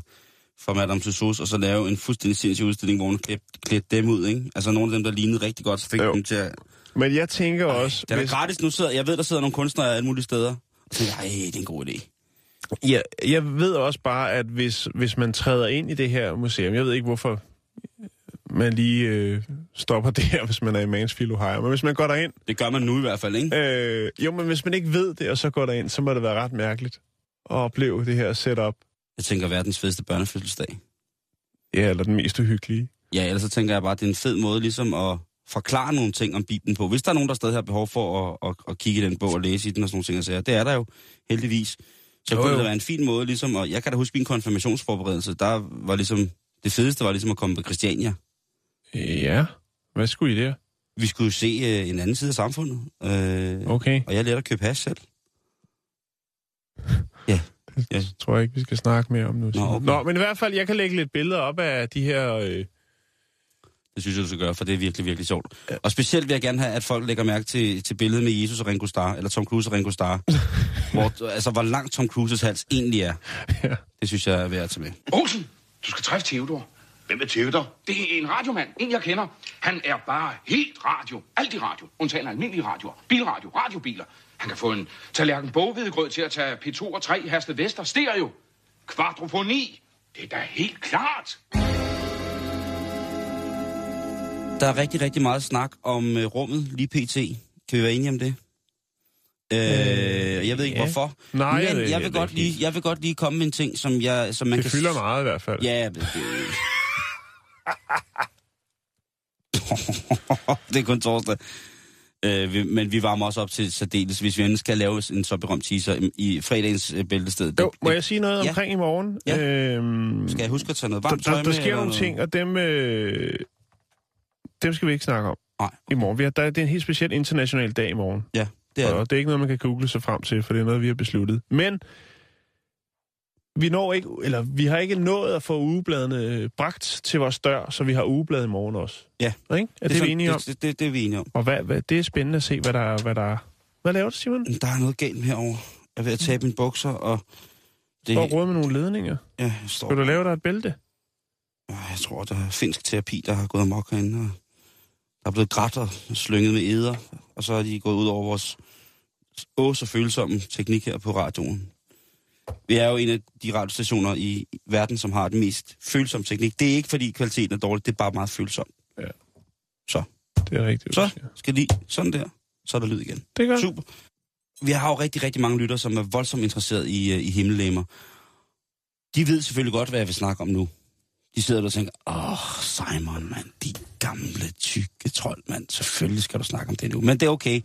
Speaker 7: fra Madame Tussauds, og så lave en fuldstændig sindssyg udstilling, hvor hun klædte, klædte dem ud, ikke? Altså nogle af dem, der lignede rigtig godt, så fik
Speaker 5: Jo.
Speaker 7: jo. dem til at...
Speaker 5: men jeg tænker Ej, også...
Speaker 7: Den er gratis, nu sidder, jeg ved, der sidder nogle kunstnere alle mulige steder. Og så tænker jeg, "Ej, det er en god idé.
Speaker 5: Ja, jeg ved også bare, at hvis, hvis man træder ind i det her museum, jeg ved ikke, hvorfor man lige øh, stopper det her, hvis man er i Mansfield, Ohio, men hvis man går derind...
Speaker 7: Det gør man nu i hvert fald, ikke?
Speaker 5: Øh, jo, men hvis man ikke ved det, og så går derind, så må det være ret mærkeligt at opleve det her setup.
Speaker 7: Jeg tænker, verdens fedeste børnefødselsdag.
Speaker 5: Ja, eller den mest uhyggelige.
Speaker 7: Ja, ellers så tænker jeg bare, at det er en fed måde ligesom at forklare nogle ting om Bibelen på. Hvis der er nogen, der stadig har behov for at, at, at kigge i den bog og læse i den og sådan nogle ting, og sager, det er der jo heldigvis. Så
Speaker 5: Jo,
Speaker 7: kunne
Speaker 5: jo.
Speaker 7: det være en fin måde ligesom, og jeg kan da huske min konfirmationsforberedelse, der var ligesom, det fedeste var ligesom at komme på Christiania.
Speaker 5: Ja, hvad skulle I der?
Speaker 7: Vi skulle jo se øh, en anden side af samfundet, øh,
Speaker 5: Okay.
Speaker 7: og jeg lærte at købe hash selv. Ja.
Speaker 5: Det tror jeg ikke, vi skal snakke mere om nu. Nå,
Speaker 7: okay.
Speaker 5: Nå, men i hvert fald, jeg kan lægge lidt billeder op af de her øh,
Speaker 4: Det synes jeg, du skal gøre, for det er virkelig, virkelig sjovt. Ja. Og specielt vil jeg gerne have, at folk lægger mærke til, til billedet med Jesus og Ringo Starr, eller Tom Cruise og Ringo Starr. hvor, altså, hvor lang Tom Cruises hals egentlig er.
Speaker 5: Ja.
Speaker 4: Det synes jeg er værd at tage med.
Speaker 10: Olsen, du skal træffe Theodor.
Speaker 6: Hvem er Theodor?
Speaker 10: Det er en radiomand, en jeg kender. Han er bare helt radio. Alt i radio. Undtagen almindelige radioer. Bilradio, radiobiler. Han kan få en tallerken bogvedgrød til at tage P2 og 3 Herste Vester stereo. Kvadrofoni. Det er da helt klart.
Speaker 4: Der er rigtig, rigtig meget snak om øh, rummet lige pt. Kan vi være enige om det? Øh, jeg ved ikke
Speaker 5: ja.
Speaker 4: hvorfor.
Speaker 5: Nej, jeg
Speaker 4: men
Speaker 5: ved
Speaker 4: jeg,
Speaker 5: heller
Speaker 4: vil
Speaker 5: ikke
Speaker 4: godt lige,
Speaker 5: helt.
Speaker 4: jeg vil godt lige komme med en ting, som, jeg, som man
Speaker 5: Det
Speaker 4: kan...
Speaker 5: fylder meget i hvert fald.
Speaker 4: Ja, det, det... det er kun torsdag. Øh, vi, men vi varmer også op til særdeles, hvis vi endelig skal lave en så berømt teaser i, i fredagens øh, bæltested. Det-
Speaker 5: Jo, må
Speaker 4: det-
Speaker 5: jeg sige noget
Speaker 4: Ja.
Speaker 5: omkring i morgen?
Speaker 4: Ja.
Speaker 5: Øhm,
Speaker 4: Skal jeg huske at tage noget
Speaker 5: der,
Speaker 4: varmt tøj
Speaker 5: der, der
Speaker 4: med,
Speaker 5: sker
Speaker 4: eller
Speaker 5: nogle ting, og dem, øh, dem skal vi ikke snakke om
Speaker 4: Nej,
Speaker 5: i morgen. Vi har, der, det er en helt speciel international dag i morgen.
Speaker 4: ja, det er
Speaker 5: Og
Speaker 4: det.
Speaker 5: det er ikke noget, man kan google sig frem til, for det er noget, vi har besluttet. Men vi, når ikke, eller vi har ikke nået at få ugebladene øh, bragt til vores dør, så vi har ugeblad i morgen også.
Speaker 4: Ja.
Speaker 5: Og Ikke? Er det, det
Speaker 4: sådan-
Speaker 5: vi enige om?
Speaker 4: Det, det, det er vi enige om.
Speaker 5: Og hvad, hvad, det er spændende at se, hvad der er. Hvad, der er. hvad laver du, Simon?
Speaker 4: Der er noget galt herovre. Jeg er ved at tabe mine bukser, og... Det,
Speaker 5: Og råd med nogle ledninger.
Speaker 4: ja, jeg, står,
Speaker 5: Skal du lave dig et bælte?
Speaker 4: Åh, jeg tror, der er finsk terapi, der har gået amok herinde. Og der er blevet grædt og slynget med æder, og så er de gået ud over vores åh, så følsomme teknik her på radioen. Vi er jo en af de radiostationer i verden, som har den mest følsomme teknik. Det er ikke, fordi kvaliteten er dårlig, det er bare meget følsomt.
Speaker 5: Det er rigtigt.
Speaker 4: Så skal de sådan der, så er der lyd igen.
Speaker 5: Det gør
Speaker 4: Super. Vi har jo rigtig, rigtig mange lytter, som er voldsomt interesseret i, øh, i himmellegemer. De ved selvfølgelig godt, hvad jeg vil snakke om nu. De sidder der og tænker, åh, oh, Simon, mand, de gamle, tykke trold, mand. Selvfølgelig skal du snakke om det nu. Men det er okay.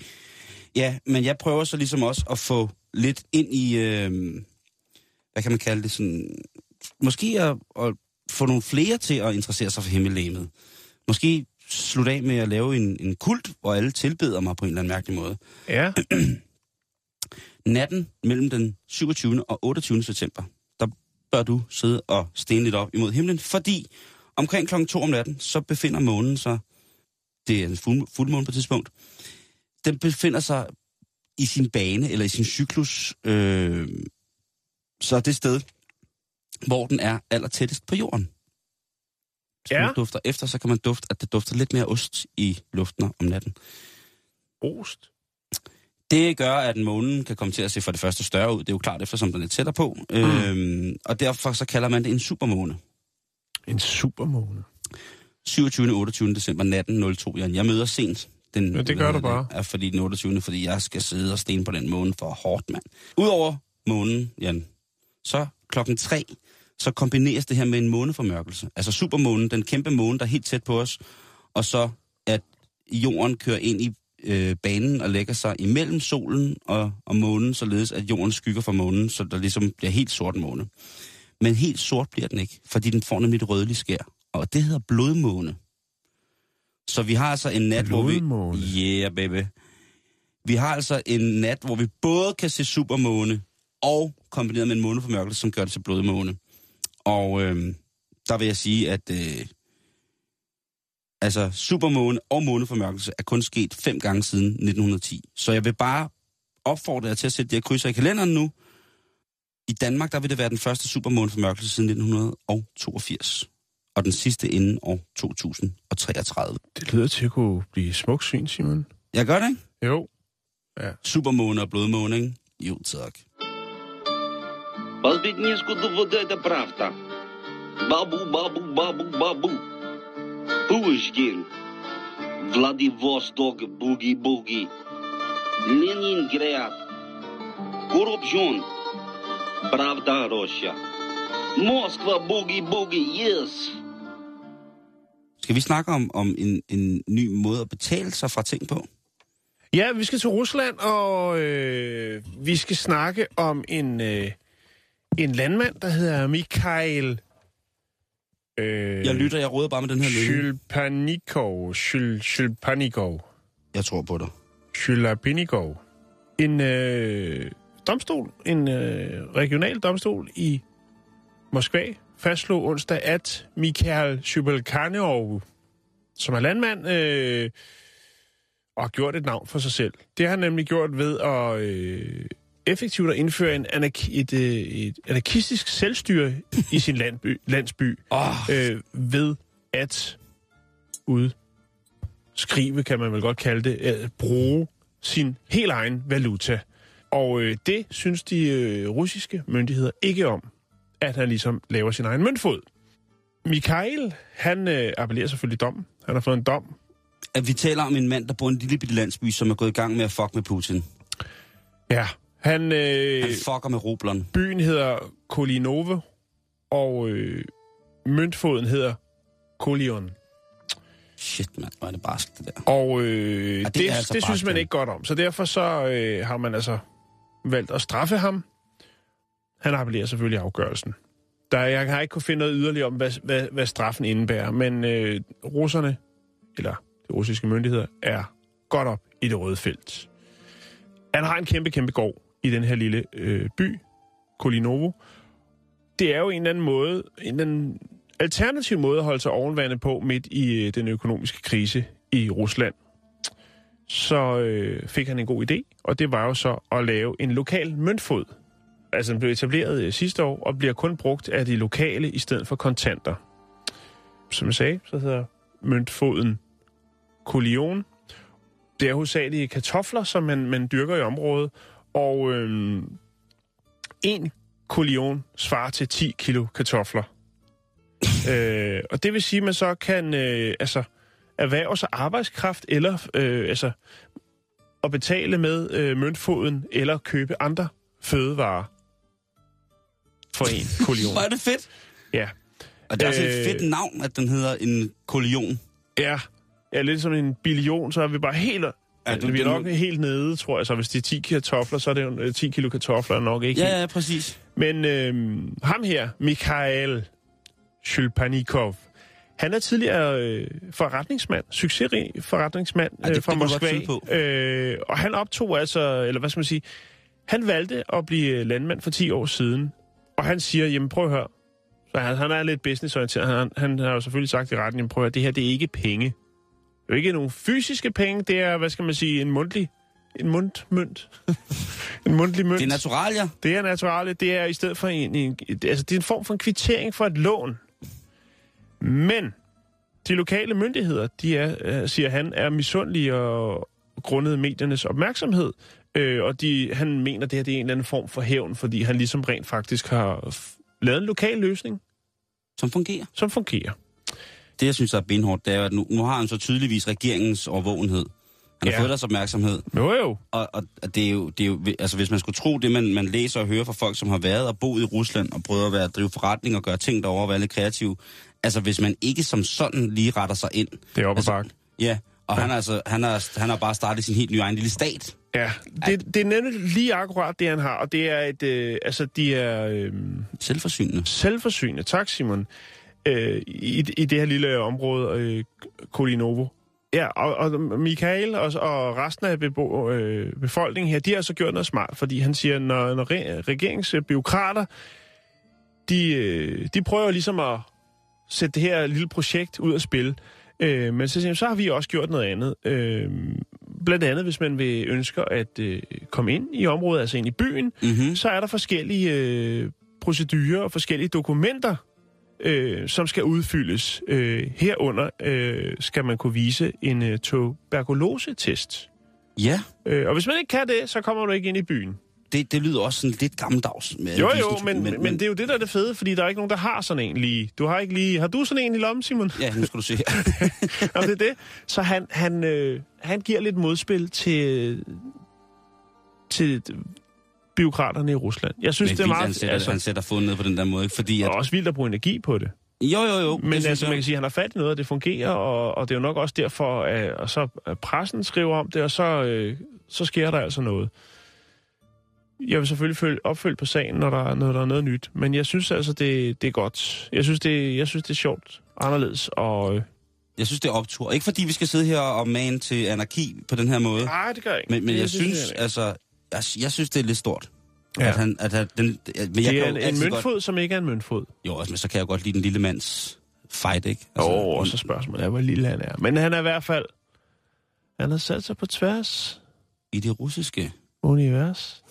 Speaker 4: Ja, men jeg prøver så ligesom også at få lidt ind i, øh, hvad kan man kalde det, sådan, måske at, at få nogle flere til at interessere sig for himmellegemet. Måske slutte af med at lave en, en kult, hvor alle tilbeder mig på en eller anden mærkelig måde.
Speaker 5: Ja.
Speaker 4: Natten mellem den 27. og 28. september, der bør du sidde og stene lidt op imod himlen, fordi omkring klokken 2 om natten, så befinder månen sig, det er en fuld, fuldmåne på et tidspunkt, den befinder sig i sin bane, eller i sin cyklus, øh, så er det sted, hvor den er allertættest på jorden. Hvis
Speaker 5: Ja.
Speaker 4: man dufter efter, så kan man dufte, at det dufter lidt mere ost i luften om natten.
Speaker 5: Ost.
Speaker 4: Det gør, at månen kan komme til at se for det første større ud. Det er jo klart, eftersom den er tættere på. Mm. Øhm, og derfor så kalder man det en supermåne.
Speaker 5: En supermåne.
Speaker 4: 27. 28. december natten 02. Jørgen. Jeg møder sent. Den,
Speaker 5: Ja, det gør du bare.
Speaker 4: Er fordi den 28. fordi jeg skal sidde og sten på den måne for hårdt, mand. Udover månen, Jan, så klokken 3, så kombineres det her med en måneformørkelse. Altså supermånen, den kæmpe måne, der er helt tæt på os, og så at jorden kører ind i øh, banen og lægger sig imellem solen og, og månen, således at jorden skygger for månen, så der ligesom bliver helt sort måne. Men helt sort bliver den ikke, fordi den får nemlig et rødligt skær. Og det hedder blodmåne. Så vi har altså en nat, hvor
Speaker 5: Blodmåne.
Speaker 4: vi... Yeah, baby. Vi har altså en nat, hvor vi både kan se supermåne og kombineret med en måneformørkelse, som gør det til blodmåne. Og øh, der vil jeg sige, at øh, altså supermåne og måneformørkelse er kun sket fem gange siden 1910. Så jeg vil bare opfordre jer til at sætte de her krydser i kalenderen nu, i Danmark, der vil det være den første supermåneformørkelse siden 1982, og den sidste inden år 2033.
Speaker 5: Det lyder til at kunne blive smukt syn, Simon.
Speaker 4: Jeg gør det, ikke?
Speaker 5: Jo.
Speaker 4: Supermåne og blodmåne, ikke? Jo, tak.
Speaker 7: Возбедниску до вот это правда. Бабу, бабу, бабу, бабу. Пушкин. Владивосток, буги-буги. Ленинград. Курупжон. Правда, Роща. Москва, буги-буги, yes.
Speaker 4: Skal vi snakke om, om en, en ny måde at betale sig fra ting på?
Speaker 5: Ja, vi skal til Rusland, og øh, vi skal snakke om en, øh, en landmand, der hedder Mikhail... Øh,
Speaker 4: Jeg lytter, jeg råder bare med den her lyd.
Speaker 5: Shulpanikov. Shul, Shulpanikov.
Speaker 4: Jeg tror på dig.
Speaker 5: Shulapinikov. En øh, domstol, en øh, regional domstol i Moskva, fastslog onsdag, at Mikhail Shulpanikov som er landmand, øh, og har gjort et navn for sig selv. Det har han nemlig gjort ved at øh, effektivt at indføre en anark- et, øh, et anarkistisk selvstyre i sin landby, landsby,
Speaker 7: Åh.
Speaker 5: øh, ved at udskrive, kan man vel godt kalde det, øh, bruge sin helt egen valuta. Og øh, det synes de øh, russiske myndigheder ikke om, at han ligesom laver sin egen møntfod. Mikhail, han øh, appellerer selvfølgelig dommen. Han har fået en dom.
Speaker 7: At vi taler om en mand, der bor i en lille bitte landsby, som er gået i gang med at fuck med Putin.
Speaker 5: Ja, han... Øh,
Speaker 7: Han fucker med rublerne.
Speaker 5: Byen hedder Kolinove, og øh, møntfoden hedder Kolion.
Speaker 7: Shit, mand, hvor er det barskt, det der.
Speaker 5: Og øh,
Speaker 7: det
Speaker 5: det, det,
Speaker 7: er altså
Speaker 5: det synes man
Speaker 7: barsk,
Speaker 5: ikke godt om. Så derfor så øh, har man altså valgt at straffe ham. Han appellerer selvfølgelig afgørelsen. Der, jeg har ikke kunne finde noget yderligere om, hvad, hvad, hvad straffen indebærer, men øh, russerne, eller de russiske myndigheder, er godt op i det røde felt. Han har en kæmpe, kæmpe gård i den her lille øh, by, Kolinovo. Det er jo en eller anden måde, en eller anden alternativ måde at holde sig ovenvande på midt i øh, den økonomiske krise i Rusland så øh, fik han en god idé, og det var jo så at lave en lokal møntfod. Altså den blev etableret øh, sidste år, og bliver kun brugt af de lokale i stedet for kontanter. Som jeg sagde, så hedder møntfoden kolion. Det er hovedsageligt kartofler, som man, man dyrker i området, og øh, en kolion svarer til 10 kilo kartofler. øh, og det vil sige, at man så kan øh, altså, erhverve sig arbejdskraft, eller øh, altså, at betale med øh, møntfoden, eller købe andre fødevarer for en kolion.
Speaker 7: Hvor er det fedt.
Speaker 5: ja.
Speaker 7: Og det er øh... altså
Speaker 5: Øh.
Speaker 7: et fedt navn, at den hedder en kollion.
Speaker 5: Ja. ja, lidt som en billion, så er vi bare helt... Ja,
Speaker 7: du-
Speaker 5: det, vi er
Speaker 7: den-
Speaker 5: nok helt nede, tror jeg. Så hvis det er 10 kartofler, så er det jo øh, 10 kilo kartofler er nok ikke. helt-
Speaker 7: Ja, ja, præcis.
Speaker 5: Men øh, ham her, Mikhail Shulpanikov, han er tidligere øh, forretningsmand, succesrig forretningsmand
Speaker 7: Ja,
Speaker 5: øh,
Speaker 7: det-
Speaker 5: fra
Speaker 7: det må du godt
Speaker 5: Moskva.
Speaker 7: tyde på.
Speaker 5: Øh, og han optog altså, eller hvad skal man sige, han valgte at blive øh, landmand for 10 år siden. Og han siger, jamen prøv at høre, så han, han er lidt businessorienteret. Han, han har jo selvfølgelig sagt i retten, jamen prøv at høre, det her det er ikke penge. Det er jo ikke nogen fysiske penge, det er, hvad skal man sige, en mundtlig, en mundmønt. en mundtlig mønt.
Speaker 7: Det er naturalier.
Speaker 5: Det er naturale, det er i stedet for en, en, altså det er en form for en kvittering for et lån. Men de lokale myndigheder, de er, øh, siger han, er misundelige og grundet mediernes opmærksomhed. Øh, og de, han mener, det her det er en eller anden form for hævn, fordi han ligesom rent faktisk har f- lavet en lokal løsning,
Speaker 7: som fungerer.
Speaker 5: som fungerer.
Speaker 7: Det, jeg synes, der er benhårdt, det er jo, at nu, nu har han så tydeligvis regeringens overvågenhed. Han
Speaker 5: Ja.
Speaker 7: har ja. fået deres opmærksomhed,
Speaker 5: Jo jo,
Speaker 7: og, og, og det, er jo, det er jo, altså hvis man skulle tro det, man, man læser og hører fra folk, som har været og boet i Rusland, og prøvet at være, drive forretning og gøre ting derovre og være lidt kreativ, altså hvis man ikke som sådan lige retter sig ind.
Speaker 5: det er op ad
Speaker 7: altså,
Speaker 5: bakke.
Speaker 7: Ja, og ja. han har altså, han har, han har bare startet sin helt nye egen lille stat.
Speaker 5: Ja, det, det er nemlig lige akkurat det, han har, og det er et, øh, altså de er... Øh,
Speaker 7: Selvforsynende.
Speaker 5: selvforsynende. Tak, Simon. Øh, i, I det her lille område, øh, Kolinovo. Ja, og, og Michael og, og resten af bebo, øh, befolkningen her, de har så gjort noget smart, fordi han siger, når, når re, regeringsbyråkrater, de, øh, de prøver ligesom at sætte det her lille projekt ud at spille. Øh, men så, siger han, så har vi også gjort noget andet. Øh, blandt andet, hvis man vil ønsker at øh, komme ind i området, altså ind i byen,
Speaker 7: Mm-hmm.
Speaker 5: så er der forskellige øh, procedurer og forskellige dokumenter, øh, som skal udfyldes. Øh, herunder øh, skal man kunne vise en øh, tuberkulosetest.
Speaker 7: Ja,
Speaker 5: Øh, og hvis man ikke kan det, så kommer du ikke ind i byen.
Speaker 7: det, det lyder også sådan lidt gammeldags. Med
Speaker 5: Jo,
Speaker 7: at vise
Speaker 5: jo,
Speaker 7: en-
Speaker 5: men, men, men det er jo det, der er det fede, fordi der er ikke nogen, der har sådan en lige. Du har ikke lige... Har du sådan en i lommen, Simon?
Speaker 7: Ja, nu skal du se her.
Speaker 5: Om det er det. Så han, han, øh, han giver lidt modspil til, til byråkraterne i Rusland. Jeg synes,
Speaker 7: Men
Speaker 5: det er
Speaker 7: vildt,
Speaker 5: meget...
Speaker 7: han sætter, altså... han sætter foden ned på den der måde, ikke? Fordi at...
Speaker 5: og også vildt at bruge energi på det.
Speaker 7: Jo, jo, jo.
Speaker 5: Men
Speaker 7: det synes
Speaker 5: altså,
Speaker 7: jeg-
Speaker 5: man kan sige, at han har fat i noget, og det fungerer, og, og det er jo nok også derfor, at, og så at pressen skriver om det, og så, øh, så sker der altså noget. Jeg vil selvfølgelig følge, opfølge på sagen, når der, når der er noget nyt, men jeg synes altså, det, det er godt. Jeg synes det, jeg synes, det er sjovt, anderledes, og... Øh,
Speaker 7: Jeg synes, det er optur. Ikke fordi vi skal sidde her og mane til anarki på den her måde,
Speaker 5: nej, det gør jeg ikke.
Speaker 7: men, men
Speaker 5: Det-
Speaker 7: jeg
Speaker 5: det
Speaker 7: synes, altså, jeg, jeg synes, det er lidt stort.
Speaker 5: Ja.
Speaker 7: Ja. At han, at han, den, at- men jeg
Speaker 5: Det er
Speaker 7: kan
Speaker 5: en, en
Speaker 7: jo altid
Speaker 5: møntfod,
Speaker 7: Godt,
Speaker 5: som ikke er en møntfod.
Speaker 7: jo, altså, men så kan jeg jo godt lide den lille mands fight, ikke?
Speaker 5: Altså, oh, og så spørgsmålet er, hvor lille han er. Men han er i hvert fald... Han har sat sig på tværs
Speaker 7: I det russiske.
Speaker 5: univers.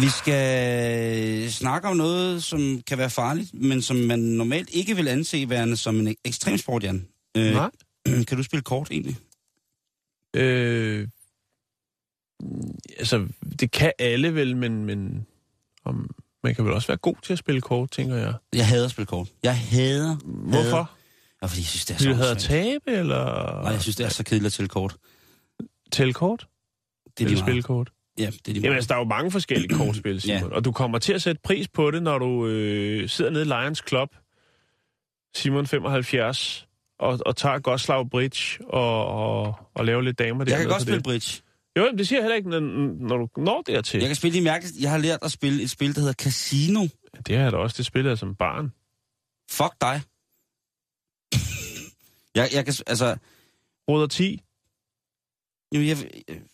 Speaker 7: Vi skal snakke om noget, som kan være farligt, men som man normalt ikke vil anse værende som en ekstremsport, Jan. Øh,
Speaker 5: Nej.
Speaker 7: kan du spille kort egentlig?
Speaker 5: Øh, altså, det kan alle vel, men, men om, man kan vel også være god til at spille kort, tænker jeg.
Speaker 7: Jeg hader at spille kort. Jeg hader... Hader.
Speaker 5: Hvorfor?
Speaker 7: Ja, fordi jeg synes, det er
Speaker 5: Fordi
Speaker 7: så
Speaker 5: du hader at
Speaker 7: åndssvagt.
Speaker 5: tabe, eller
Speaker 7: Nej, jeg synes, det er så kedeligt at tælle kort.
Speaker 5: tælle kort?
Speaker 7: Det er
Speaker 5: Eller
Speaker 7: lige meget.
Speaker 5: spille kort?
Speaker 7: Ja, det er lige
Speaker 5: Jamen
Speaker 7: meget.
Speaker 5: altså, der er jo mange forskellige kortspil, Simon.
Speaker 7: Ja.
Speaker 5: Ja. Og du kommer til at sætte pris på det, når du øh, sidder nede i Lions Club, Simon 75, og, og tager Goslau Bridge og, og, og laver lidt damer der.
Speaker 7: Jeg kan godt spille bridge.
Speaker 5: Jo, jamen, det siger jeg heller ikke, når, når du når dertil.
Speaker 7: Jeg
Speaker 5: Kan...
Speaker 7: kan spille de mærkeligt. Jeg har lært at spille et spil, der hedder Casino.
Speaker 5: Det har jeg da også, det spillede jeg som barn.
Speaker 7: Fuck dig. jeg, jeg kan... s- Altså...
Speaker 5: Ruder 10,
Speaker 7: Jamen, jeg,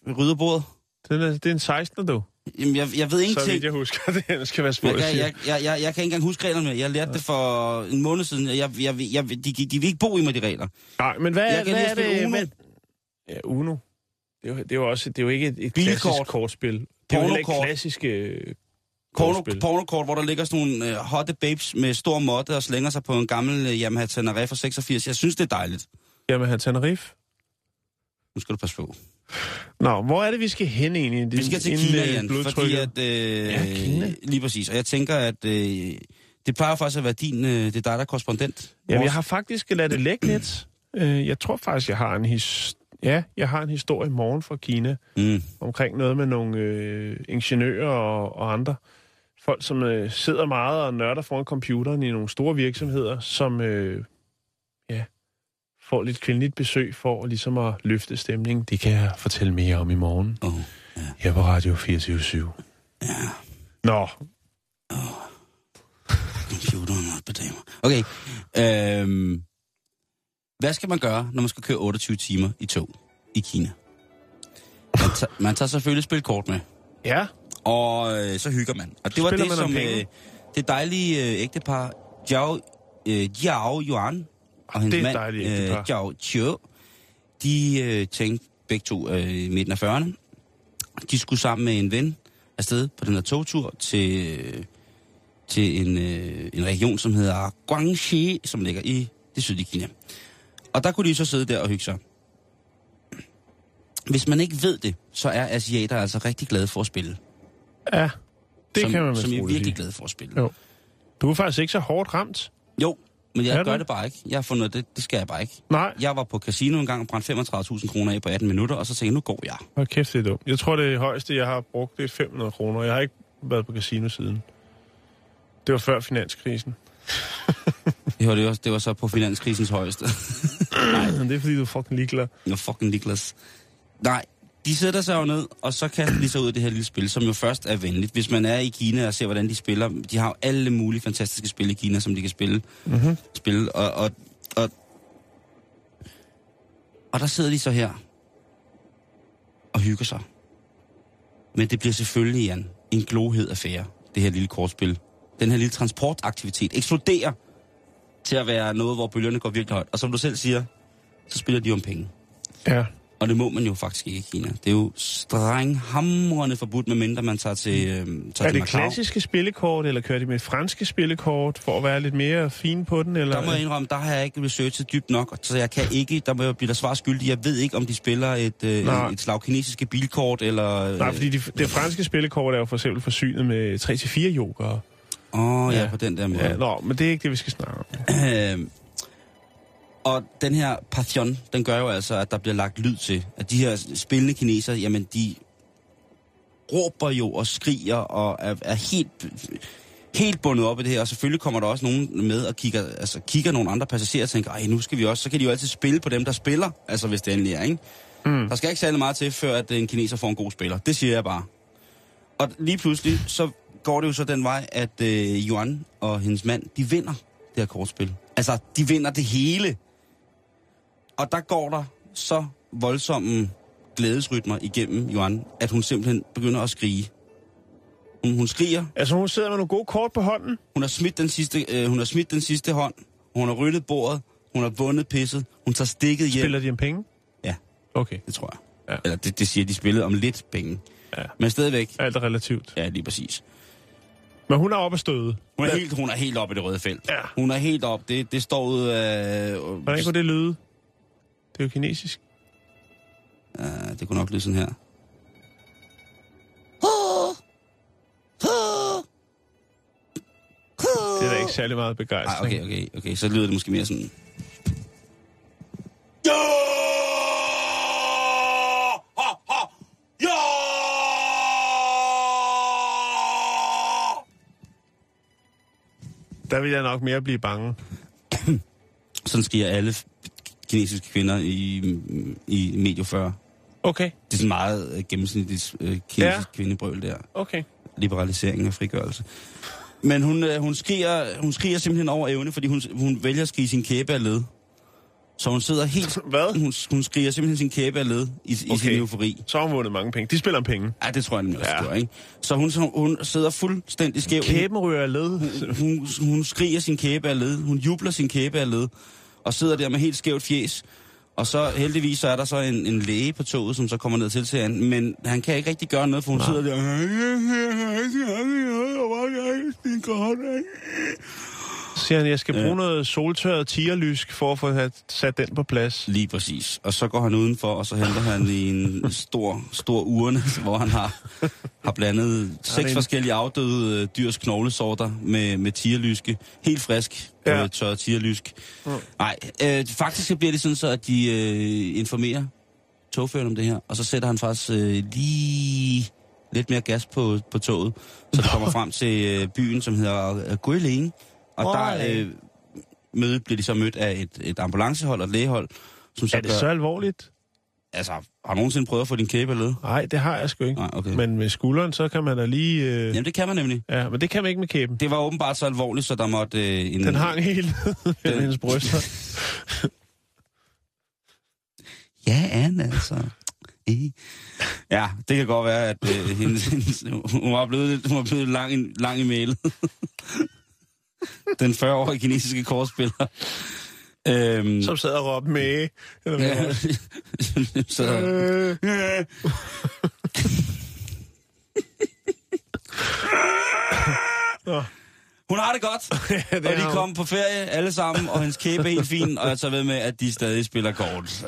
Speaker 7: jeg rydder bordet.
Speaker 5: den er, det er en 16, du.
Speaker 7: Jamen, jeg, jeg ved
Speaker 5: Så
Speaker 7: ingenting.
Speaker 5: vidt jeg husker, det her skal være
Speaker 7: Jeg,
Speaker 5: spurgt. Jeg,
Speaker 7: jeg, jeg, jeg, jeg, jeg kan ikke engang huske reglerne mere. Jeg lærte det for en måned siden. Jeg, jeg, jeg, de, de, de vil ikke bo i mig, de regler.
Speaker 5: Nej, men hvad,
Speaker 7: Jeg kan
Speaker 5: hvad
Speaker 7: lige
Speaker 5: er
Speaker 7: spille
Speaker 5: det?
Speaker 7: Uno.
Speaker 5: Hvad... Ja, Uno. Det er, jo, det, er jo også, det er jo ikke et, et
Speaker 7: Bilkort.
Speaker 5: klassisk kortspil. Det er jo heller ikke
Speaker 7: Pornokort.
Speaker 5: klassiske øh,
Speaker 7: Porno,
Speaker 5: kortspil.
Speaker 7: pornokort, hvor der ligger sådan nogle øh, hotte babes med stor måtte og slænger sig på en gammel øh, Yamaha Tenere fra 86. Jeg synes, det er dejligt.
Speaker 5: Jamen, han Tenerife.
Speaker 7: Nu skal du passe på.
Speaker 5: Nå, hvor er det, vi skal hen egentlig?
Speaker 7: Vi skal til
Speaker 5: Inden,
Speaker 7: Kina,
Speaker 5: øh,
Speaker 7: Jan, fordi
Speaker 5: blodtrykket?
Speaker 7: at... Øh,
Speaker 5: Ja, Kina.
Speaker 7: Lige præcis. Og jeg tænker, at øh, det plejer faktisk at være din... Øh, det er dig, der er korrespondent.
Speaker 5: Jamen,
Speaker 7: Vores-
Speaker 5: jeg har faktisk ladet det lægge lidt. Øh, jeg tror faktisk, jeg har en his... Ja, jeg har en historie i morgen fra Kina
Speaker 7: Mm.
Speaker 5: omkring noget med nogle øh, ingeniører og, og andre. Folk, som øh, sidder meget og nørder foran computeren i nogle store virksomheder, som øh, ja, får lidt kvindeligt besøg for ligesom at løfte stemningen. Det kan jeg fortælle mere om i morgen.
Speaker 7: Oh.
Speaker 5: Her på Radio 24-7. Ja. Nå,
Speaker 7: Computeren og bedamer. Okay. Øhm, hvad skal man gøre, når man skal køre 28 timer i tog i Kina? Man, tager, man tager selvfølgelig spil kort med,
Speaker 5: ja.
Speaker 7: og øh, så hygger man. Og det var
Speaker 5: Spiller
Speaker 7: det,
Speaker 5: man om
Speaker 7: som
Speaker 5: penge?
Speaker 7: øh, det dejlige øh, ægtepar Jiao, øh, Jiao Yuan og
Speaker 5: det
Speaker 7: hendes
Speaker 5: er et
Speaker 7: mand
Speaker 5: dejligt ægtepar.
Speaker 7: øh, Jiao Chiu, de øh, tænkte begge to øh, i midten af 40'erne. De skulle sammen med en ven afsted på den her togtur til... Øh, til en, øh, en region, som hedder Guangxi, som ligger i det sydlige Kina. Og der kunne de så sidde der og hygge sig. Hvis man ikke ved det, så er asiater altså rigtig glade for at spille.
Speaker 5: Ja, det
Speaker 7: som,
Speaker 5: kan man
Speaker 7: Som
Speaker 5: vist
Speaker 7: I er
Speaker 5: roligt sige.
Speaker 7: virkelig glade for at spille.
Speaker 5: Jo. Du er faktisk ikke så hårdt ramt.
Speaker 7: jo men jeg
Speaker 5: Er du?
Speaker 7: gør det bare ikke. Jeg har fundet, det, det skal jeg bare ikke.
Speaker 5: Nej.
Speaker 7: Jeg var på casino engang og brændte 35.000 kroner af på 18 minutter, og så tænkte jeg, nu går jeg.
Speaker 5: Hold kæft, det er dumt. Jeg tror, det højeste, jeg har brugt, det er 500 kroner. Jeg har ikke været på casino siden. Det var før finanskrisen.
Speaker 7: Det var, det var, det var så på finanskrisens højeste.
Speaker 5: Men det er, fordi du er fucking ligeglad.
Speaker 7: Nå, fucking Niklas. Nej, de sætter sig jo ned, og så kaster de sig ud i det her lille spil, som jo først er venligt. Hvis man er i Kina og ser, hvordan de spiller, de har jo alle mulige fantastiske spil i Kina, som de kan spille. Mm-hmm. spille og, og, og, og der sidder de så her og hygger sig. Men det bliver selvfølgelig, Jan, en glohed affære, det her lille kortspil. Den her lille transportaktivitet eksploderer til at være noget, hvor bølgerne går virkelig højt. Og som du selv siger, så spiller de om penge.
Speaker 5: Ja.
Speaker 7: Og det må man jo faktisk ikke i Kina. Det er jo strenghamrende forbudt, medmindre man tager til, øh, tager
Speaker 5: Er
Speaker 7: til
Speaker 5: det
Speaker 7: Macau.
Speaker 5: klassiske spillekort, eller kører de med franske spillekort, for at være lidt mere fin på den? Eller?
Speaker 7: Der må jeg indrømme, der har jeg ikke researchet dybt nok, så jeg kan ikke, der må jeg blive der svar skyldig. Jeg ved ikke, om de spiller et, øh,
Speaker 5: Nej.
Speaker 7: et slag kinesiske bilkort, eller...
Speaker 5: Nej, fordi de, det franske spillekort er jo for eksempel forsynet med 3-4 yoker.
Speaker 7: Åh, oh, ja,
Speaker 5: Ja.
Speaker 7: på den der måde.
Speaker 5: Ja, nå, men det er ikke det, vi skal snakke om.
Speaker 7: Øhm, og den her passion, den gør jo altså, at der bliver lagt lyd til. At de her spillende kineser, jamen de råber jo og skriger og er, er helt, helt bundet op i det her. Og selvfølgelig kommer der også nogen med og kigger, altså kigger nogle andre passagerer og tænker, ej, nu skal vi også, så kan de jo altid spille på dem, der spiller, altså hvis det endelig er, ikke? Mm. Der skal ikke særlig meget til, før at en kineser får en god spiller. Det siger jeg bare. Og lige pludselig, så går det jo så den vej, at øh, Yuan og hendes mand, de vinder det her kortspil. Altså, de vinder det hele. Og der går der så voldsomme glædesrytmer igennem Yuan, at hun simpelthen begynder at skrige. Hun, hun skriger,
Speaker 5: Altså, hun sidder med nogle gode kort på hånden.
Speaker 7: hun har smidt den sidste, øh, hun har smidt den sidste hånd, hun har ryddet bordet, hun har vundet pisset, hun tager stikket hjem.
Speaker 5: Spiller de en penge?
Speaker 7: Ja,
Speaker 5: Okay.
Speaker 7: det tror jeg.
Speaker 5: Ja.
Speaker 7: Ja. Eller det, det siger, de spillede om lidt penge.
Speaker 5: Ja.
Speaker 7: Men stadigvæk,
Speaker 5: Alt er relativt.
Speaker 7: ja, lige præcis.
Speaker 5: Men hun er oppe at støde.
Speaker 7: Hun er helt, hun er helt oppe i det røde felt.
Speaker 5: Ja.
Speaker 7: Hun er helt oppe. Det, det står øh, ud af...
Speaker 5: Hvordan kunne det lyde? Det er jo kinesisk.
Speaker 7: Ja, det kunne nok lyde sådan her.
Speaker 5: Det er da ikke særlig meget
Speaker 7: Ej,
Speaker 5: begejstring.
Speaker 7: okay, okay, okay. Så lyder det måske mere sådan...
Speaker 5: Der vil jeg nok mere blive bange.
Speaker 7: Sådan skriger alle kinesiske kvinder i, i Medio 40.
Speaker 5: Okay,
Speaker 7: Det er sådan meget øh, gennemsnitligt øh, kinesisk
Speaker 5: Ja.
Speaker 7: ja. kvindebrøl der.
Speaker 5: okay.
Speaker 7: liberalisering og frigørelse. Men hun, øh, hun, skriger, hun skriger simpelthen over evne, fordi hun, hun vælger at skrige sin kæbe af led. Så hun sidder helt...
Speaker 5: Hvad?
Speaker 7: Hun, hun skriger simpelthen sin kæbe af led i, okay. i sin
Speaker 5: Okay.
Speaker 7: eufori.
Speaker 5: Så har hun vundet mange penge. De spiller om penge.
Speaker 7: Ja, det tror jeg nemlig også,
Speaker 5: Ja.
Speaker 7: ja. ikke? Så hun, så hun sidder fuldstændig skæv.
Speaker 5: Kæben ryger af led.
Speaker 7: Hun, hun skriger sin kæbe af led. Hun jubler sin kæbe af led. Og sidder der med helt skævt fjes. Og så heldigvis så er der så en, en læge på toget, som så kommer ned til til hende. Men han kan ikke rigtig gøre noget, for hun Nej. sidder der.
Speaker 5: Så siger han, jeg skal bruge noget soltørret tigerlysk for at få hat- sat den på plads.
Speaker 7: Lige præcis. Og så går han udenfor, og så henter han i en stor, stor urne, hvor han har, har blandet
Speaker 5: det
Speaker 7: seks
Speaker 5: en-
Speaker 7: forskellige afdøde øh, dyrs knoglesorter med, med tigerlyske. Helt frisk,
Speaker 5: Ja.
Speaker 7: ja. øh, tørret tigerlysk. Nej, øh, faktisk så bliver det sådan så, at de øh, informerer togføreren om det her, og så sætter han faktisk øh, lige lidt mere gas på, på toget, så det kommer frem til øh, byen, som hedder øh, Guilin. Og der øh, møde, bliver de så mødt af et, et ambulancehold og et lægehold, som så,
Speaker 5: Er det
Speaker 7: gør-
Speaker 5: så alvorligt?
Speaker 7: Altså, har du nogensinde prøvet at få din kæbe af led?
Speaker 5: Nej, det har jeg sgu ikke.
Speaker 7: Nej, okay.
Speaker 5: Men med skulderen, så kan man da lige... Øh...
Speaker 7: Jamen, det kan man nemlig.
Speaker 5: Ja, men det kan man ikke med kæben.
Speaker 7: Det var åbenbart så alvorligt, så der måtte... Øh, en,
Speaker 5: Den hang helt mellem
Speaker 7: Den-
Speaker 5: hendes bryster.
Speaker 7: Ja, Anne, altså. Eh. Ja, det kan godt være, at øh, hendes, hendes, hun var blevet, hun var blevet lang, i- lang i mailet. Den 40-årige kinesiske kortspiller. Øhm,
Speaker 5: Som sad og råbte med. Eller hvad?
Speaker 7: ja, så,
Speaker 5: Øh,
Speaker 7: hun har det godt,
Speaker 5: Ja, det
Speaker 7: og
Speaker 5: har
Speaker 7: de
Speaker 5: hun.
Speaker 7: kom på ferie alle sammen, og hendes kæbe er helt fin, og jeg tager ved med, at de stadig spiller kort.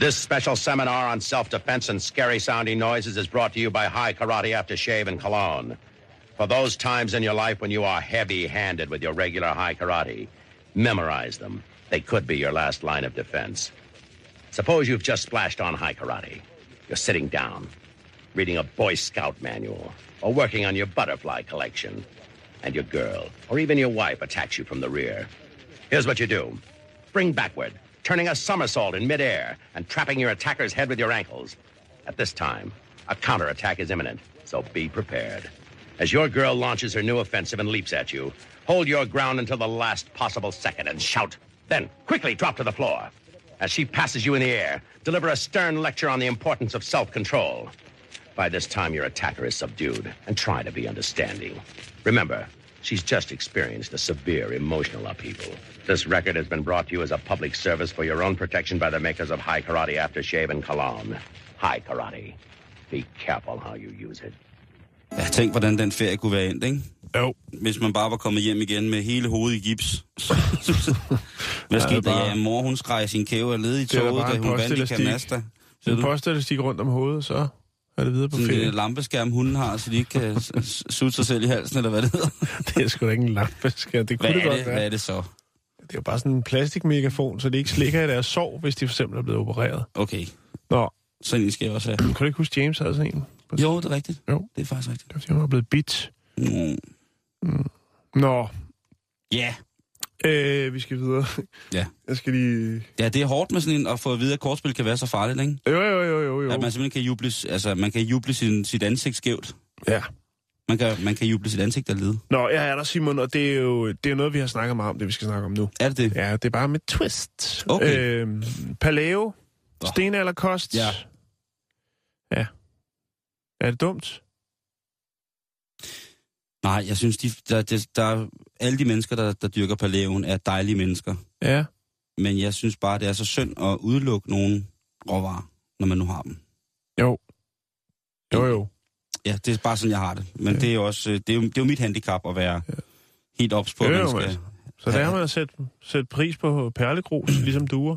Speaker 6: This special seminar on self defense and scary sounding noises is brought to you by High Karate Aftershave and Cologne. For those times in your life when you are heavy handed with your regular high karate, memorize them. They could be your last line of defense. Suppose you've just splashed on high karate. You're sitting down, reading a Boy Scout manual, or working on your butterfly collection, and your girl, or even your wife, attacks you from the rear. Here's what you do spring backward, turning a somersault in midair, and trapping your attacker's head with your ankles. At this time, a counterattack is imminent, so be prepared. As your girl launches her new offensive and leaps at you, hold your ground until the last possible second and shout. Then, quickly drop to the floor. As she passes you in the air, deliver a stern lecture on the importance of self control. By this time, your attacker is subdued and try to be understanding. Remember, she's just experienced a severe emotional upheaval. This record has been brought to you as a public service for your own protection by the makers of High Karate Aftershave and Cologne. High Karate. Be careful how you use it.
Speaker 7: Ja, tænk, hvordan den ferie kunne være endt, ikke?
Speaker 5: Jo.
Speaker 7: hvis man bare var kommet hjem igen med hele hovedet i gips. Hvad skete der?
Speaker 5: bare-
Speaker 7: Ja, mor hun skreg sin kæve og led i
Speaker 5: Det er da
Speaker 7: toget,
Speaker 5: bare
Speaker 7: da
Speaker 5: en
Speaker 7: hun vandt i
Speaker 5: postelastik.
Speaker 7: Kanasta.
Speaker 5: Så en postelastik rundt om hovedet, så er det videre på
Speaker 7: Sådan en
Speaker 5: ferie.
Speaker 7: lille lampeskærm, hunden har, så de ikke kan s- s- sutte sig selv i halsen, eller hvad det hedder.
Speaker 5: Det er sgu da ikke en lampe, skal Det
Speaker 7: Hvad
Speaker 5: kunne det
Speaker 7: er
Speaker 5: godt
Speaker 7: det,
Speaker 5: være.
Speaker 7: hvad er det så?
Speaker 5: Det er jo bare sådan en plastikmegafon, så det ikke slikker i deres sår, hvis de for eksempel er blevet opereret.
Speaker 7: Okay,
Speaker 5: Nå,
Speaker 7: sådan en skal jeg også have.
Speaker 5: kan du ikke huske, James havde sådan en?
Speaker 7: Jo, det er rigtigt.
Speaker 5: Jo.
Speaker 7: Det er faktisk rigtigt.
Speaker 5: Det var, fordi hun var blevet bit.
Speaker 7: Mm.
Speaker 5: Nå,
Speaker 7: Ja,
Speaker 5: Øh, vi skal videre.
Speaker 7: Ja.
Speaker 5: Jeg skal lige...
Speaker 7: Ja, det er hårdt med sådan en, at få at vide, at kortspil kan være så farligt, ikke?
Speaker 5: Jo, jo, jo, jo, jo.
Speaker 7: At man simpelthen kan juble, altså, man kan juble sin, sit ansigt skævt.
Speaker 5: Ja.
Speaker 7: Man kan, man kan juble sit ansigt af led.
Speaker 5: Nå, jeg er der, Simon, og det er jo det er noget, vi har snakket meget om, det vi skal snakke om nu.
Speaker 7: Er det det?
Speaker 5: Ja, det er bare med twist.
Speaker 7: Okay.
Speaker 5: Øhm, paleo,
Speaker 7: Nå.
Speaker 5: stenalderkost.
Speaker 7: Ja.
Speaker 5: Ja. Er det dumt?
Speaker 7: Nej, jeg synes, de, der, der, der, alle de mennesker, der, der dyrker paleoen, er dejlige mennesker.
Speaker 5: Ja.
Speaker 7: Men jeg synes bare, det er så synd at udelukke nogle råvarer, når man nu har dem.
Speaker 5: Jo. Jo, jo.
Speaker 7: Ja, det er bare sådan, jeg har det. Men ja. det er jo også, øh, det er jo, det er jo mit handicap at være ja. helt ops på,
Speaker 5: Jo,
Speaker 7: at
Speaker 5: jo,
Speaker 7: man skal...
Speaker 5: men- Så der har man at sætte, sætte pris på perlegrus, ligesom duer.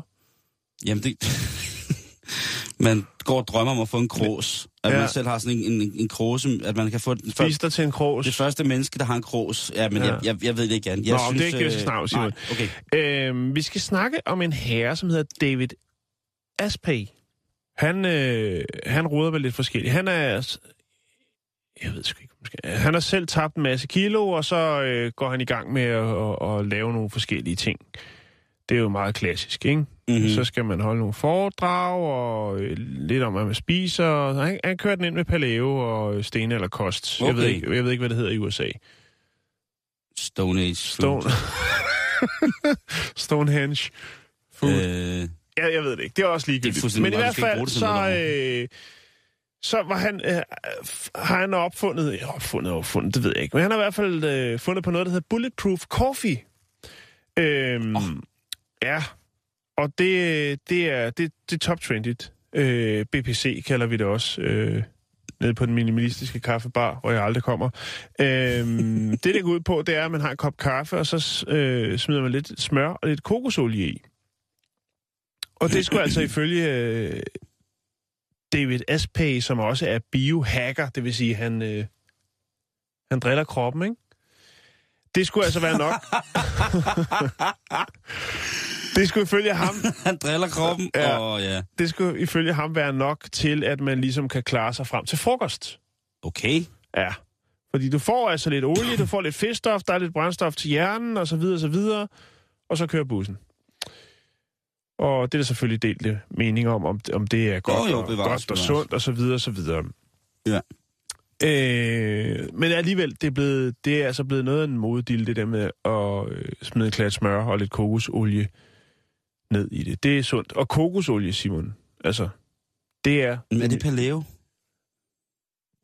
Speaker 7: Jamen det... man går og drømmer om at få en kros. At
Speaker 5: Ja.
Speaker 7: ja. man selv har sådan en, en, en krose, at man kan få den
Speaker 5: Spis dig til en kros.
Speaker 7: Det første menneske, der har en kros. Ja, men
Speaker 5: Ja.
Speaker 7: ja. Jeg, jeg, jeg ved det ikke andet. Jeg
Speaker 5: Nå, men det er ikke det, vi skal
Speaker 7: øh,
Speaker 5: snakke om, Simon.
Speaker 7: nej, Okay.
Speaker 5: Øhm, vi skal snakke om en herre, som hedder David Aspey. Han, øh, han ruder vel lidt forskelligt. Han er... Jeg ved sgu ikke, måske. Han har selv tabt en masse kilo, og så øh, går han i gang med at, at, at lave nogle forskellige ting. Det er jo meget klassisk, ikke? Mm-hmm.
Speaker 7: Mhm.
Speaker 5: Så skal man holde nogle foredrag, og øh, lidt om, hvad man spiser. Og han, han kører den ind med paleo og øh, sten eller kost. Okay. Jeg, ved
Speaker 7: Okay.
Speaker 5: ikke, jeg ved ikke, hvad det hedder i USA.
Speaker 7: Stone Age.
Speaker 5: Stone... Stonehenge. Food.
Speaker 7: Øh,
Speaker 5: Ja, jeg ved det ikke. Det er også
Speaker 7: Det er
Speaker 5: ligegyldigt.
Speaker 7: fuldstændig
Speaker 5: Men i hvert
Speaker 7: meget, vi skal ikke
Speaker 5: fald,
Speaker 7: bruge det til
Speaker 5: så,
Speaker 7: noget
Speaker 5: øh, så var han, øh, f- har han opfundet, ja, opfundet, opfundet, det ved jeg ikke, men han har i hvert fald øh, fundet på noget, der hedder Bulletproof Coffee. Øhm, oh. Ja, og det, det er, det, det er top trendigt. Øh, BPC kalder vi det også. Øh, nede på den minimalistiske kaffebar, hvor jeg aldrig kommer. Øhm, det, det går ud på, det er, at man har en kop kaffe, og så øh, smider man lidt smør og lidt kokosolie i. Og det skulle altså ifølge øh, David Aspay, som også er biohacker, det vil sige, han, øh, han driller kroppen, ikke? Det skulle altså være nok. det skulle ifølge ham
Speaker 7: han driller kroppen,
Speaker 5: Ja.
Speaker 7: ja. og ja.
Speaker 5: det skulle ifølge ham være nok til, at man ligesom kan klare sig frem til frokost.
Speaker 7: Okay.
Speaker 5: Ja. Fordi du får altså lidt olie, du får lidt fedtstof, der er lidt brændstof til hjernen, og så videre, og så videre. Og så kører bussen. Og det er der selvfølgelig delte mening om, om, om det er godt,
Speaker 7: jo,
Speaker 5: og,
Speaker 7: bevares,
Speaker 5: godt og
Speaker 7: bevares.
Speaker 5: sundt, og så videre, og så videre.
Speaker 7: Ja.
Speaker 5: Øh, men alligevel, det er, blevet, det er altså blevet noget af en modedil, det der med at øh, smide en klat smør og lidt kokosolie ned i det. Det er sundt. Og kokosolie, Simon, altså, det er...
Speaker 7: Men er det paleo?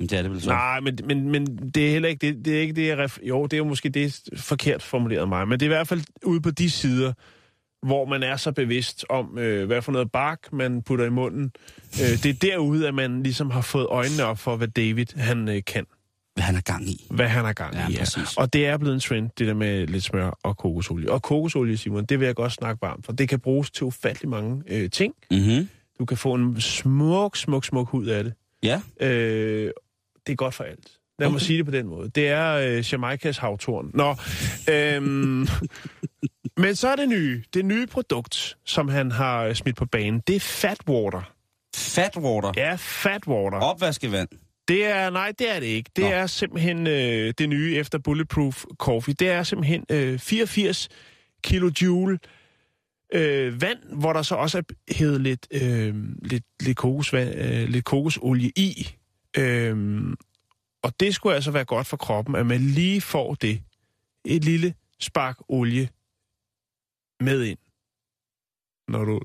Speaker 7: Jamen, det er det vel så.
Speaker 5: Nej, men, men, men det er heller ikke det, det, er ikke det jeg ref- Jo, det er jo måske det forkert formuleret af mig, men det er i hvert fald ude på de sider, hvor man er så bevidst om, øh, hvad for noget bark man putter i munden. Øh, det er derude, at man ligesom har fået øjnene op for, hvad David han øh, kan,
Speaker 7: Hvad han har gang i.
Speaker 5: hvad han har gang
Speaker 7: Ja,
Speaker 5: i.
Speaker 7: præcis.
Speaker 5: Og det er blevet en trend, det der med lidt smør og kokosolie. Og kokosolie, Simon, det vil jeg godt snakke varmt for. Det kan bruges til ufattelig mange øh, ting.
Speaker 7: Mhm.
Speaker 5: Du kan få en smuk, smuk, smuk hud af det.
Speaker 7: Ja.
Speaker 5: Øh, det er godt for alt. Lad okay. mig sige det på den måde. Det er øh, Jamaikas havtorn. Nå, øhm, men så er det nye. Det nye produkt, som han har øh, smidt på banen, det er fatwater.
Speaker 7: Fatwater. Ja.
Speaker 5: Ja, fatwater.
Speaker 7: Opvaskevand.
Speaker 5: Det er, nej, det er det ikke. Det Nå.
Speaker 7: Nå.
Speaker 5: er simpelthen øh, det nye efter Bulletproof Coffee. Det er simpelthen øh, 84 kilojoule øh, vand, hvor der så også er hævet lidt, øh, lidt, lidt, kokosvand, øh, lidt kokosolie i. Øh, og det skulle altså være godt for kroppen, at man lige får det. Et lille spark olie med ind, når du,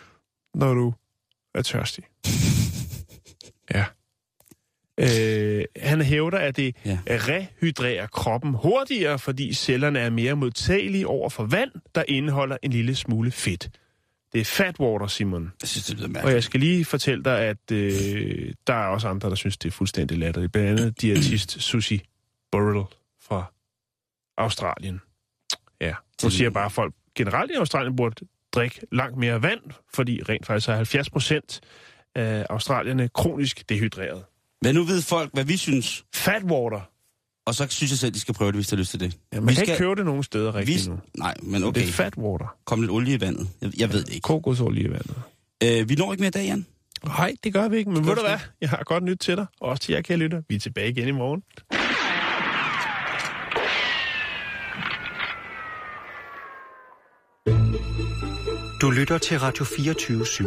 Speaker 5: når du er tørstig. Ja. Øh, han hævder, at det ja.
Speaker 7: Ja.
Speaker 5: rehydrerer kroppen hurtigere, fordi cellerne er mere modtagelige over for vand, der indeholder en lille smule fedt. Det er fatwater, Simon.
Speaker 7: Jeg synes, det lyder
Speaker 5: Og
Speaker 7: mærkeligt.
Speaker 5: jeg skal lige fortælle dig, at øh, der er også andre, der synes, det er fuldstændig latterligt. Blandt andet diætist Susie Burrell fra Australien. Ja, hun siger bare, at folk generelt i Australien burde drikke langt mere vand, fordi rent faktisk er 70 procent af australierne kronisk dehydreret.
Speaker 7: Men nu ved folk, hvad vi synes.
Speaker 5: Fatwater.
Speaker 7: Og så synes jeg selv, de skal prøve det, hvis de har lyst til det.
Speaker 5: Ja, man
Speaker 7: vi
Speaker 5: kan ikke købe det nogen steder rigtigt
Speaker 7: vi,
Speaker 5: nu.
Speaker 7: Nej, men
Speaker 5: Okay.
Speaker 7: okay.
Speaker 5: Det er fatwater.
Speaker 7: Kom lidt olie i vandet. Jeg, jeg ved det ikke.
Speaker 5: Kokosolie i vandet.
Speaker 7: Øh, vi når ikke mere i dag, Jan.
Speaker 5: Nej, det gør vi ikke, men ved du
Speaker 7: du
Speaker 5: hvad? Jeg har godt nyt til dig, og også til jer, kære lytter. Vi er tilbage igen i morgen.
Speaker 4: Du lytter til Radio 24 /7.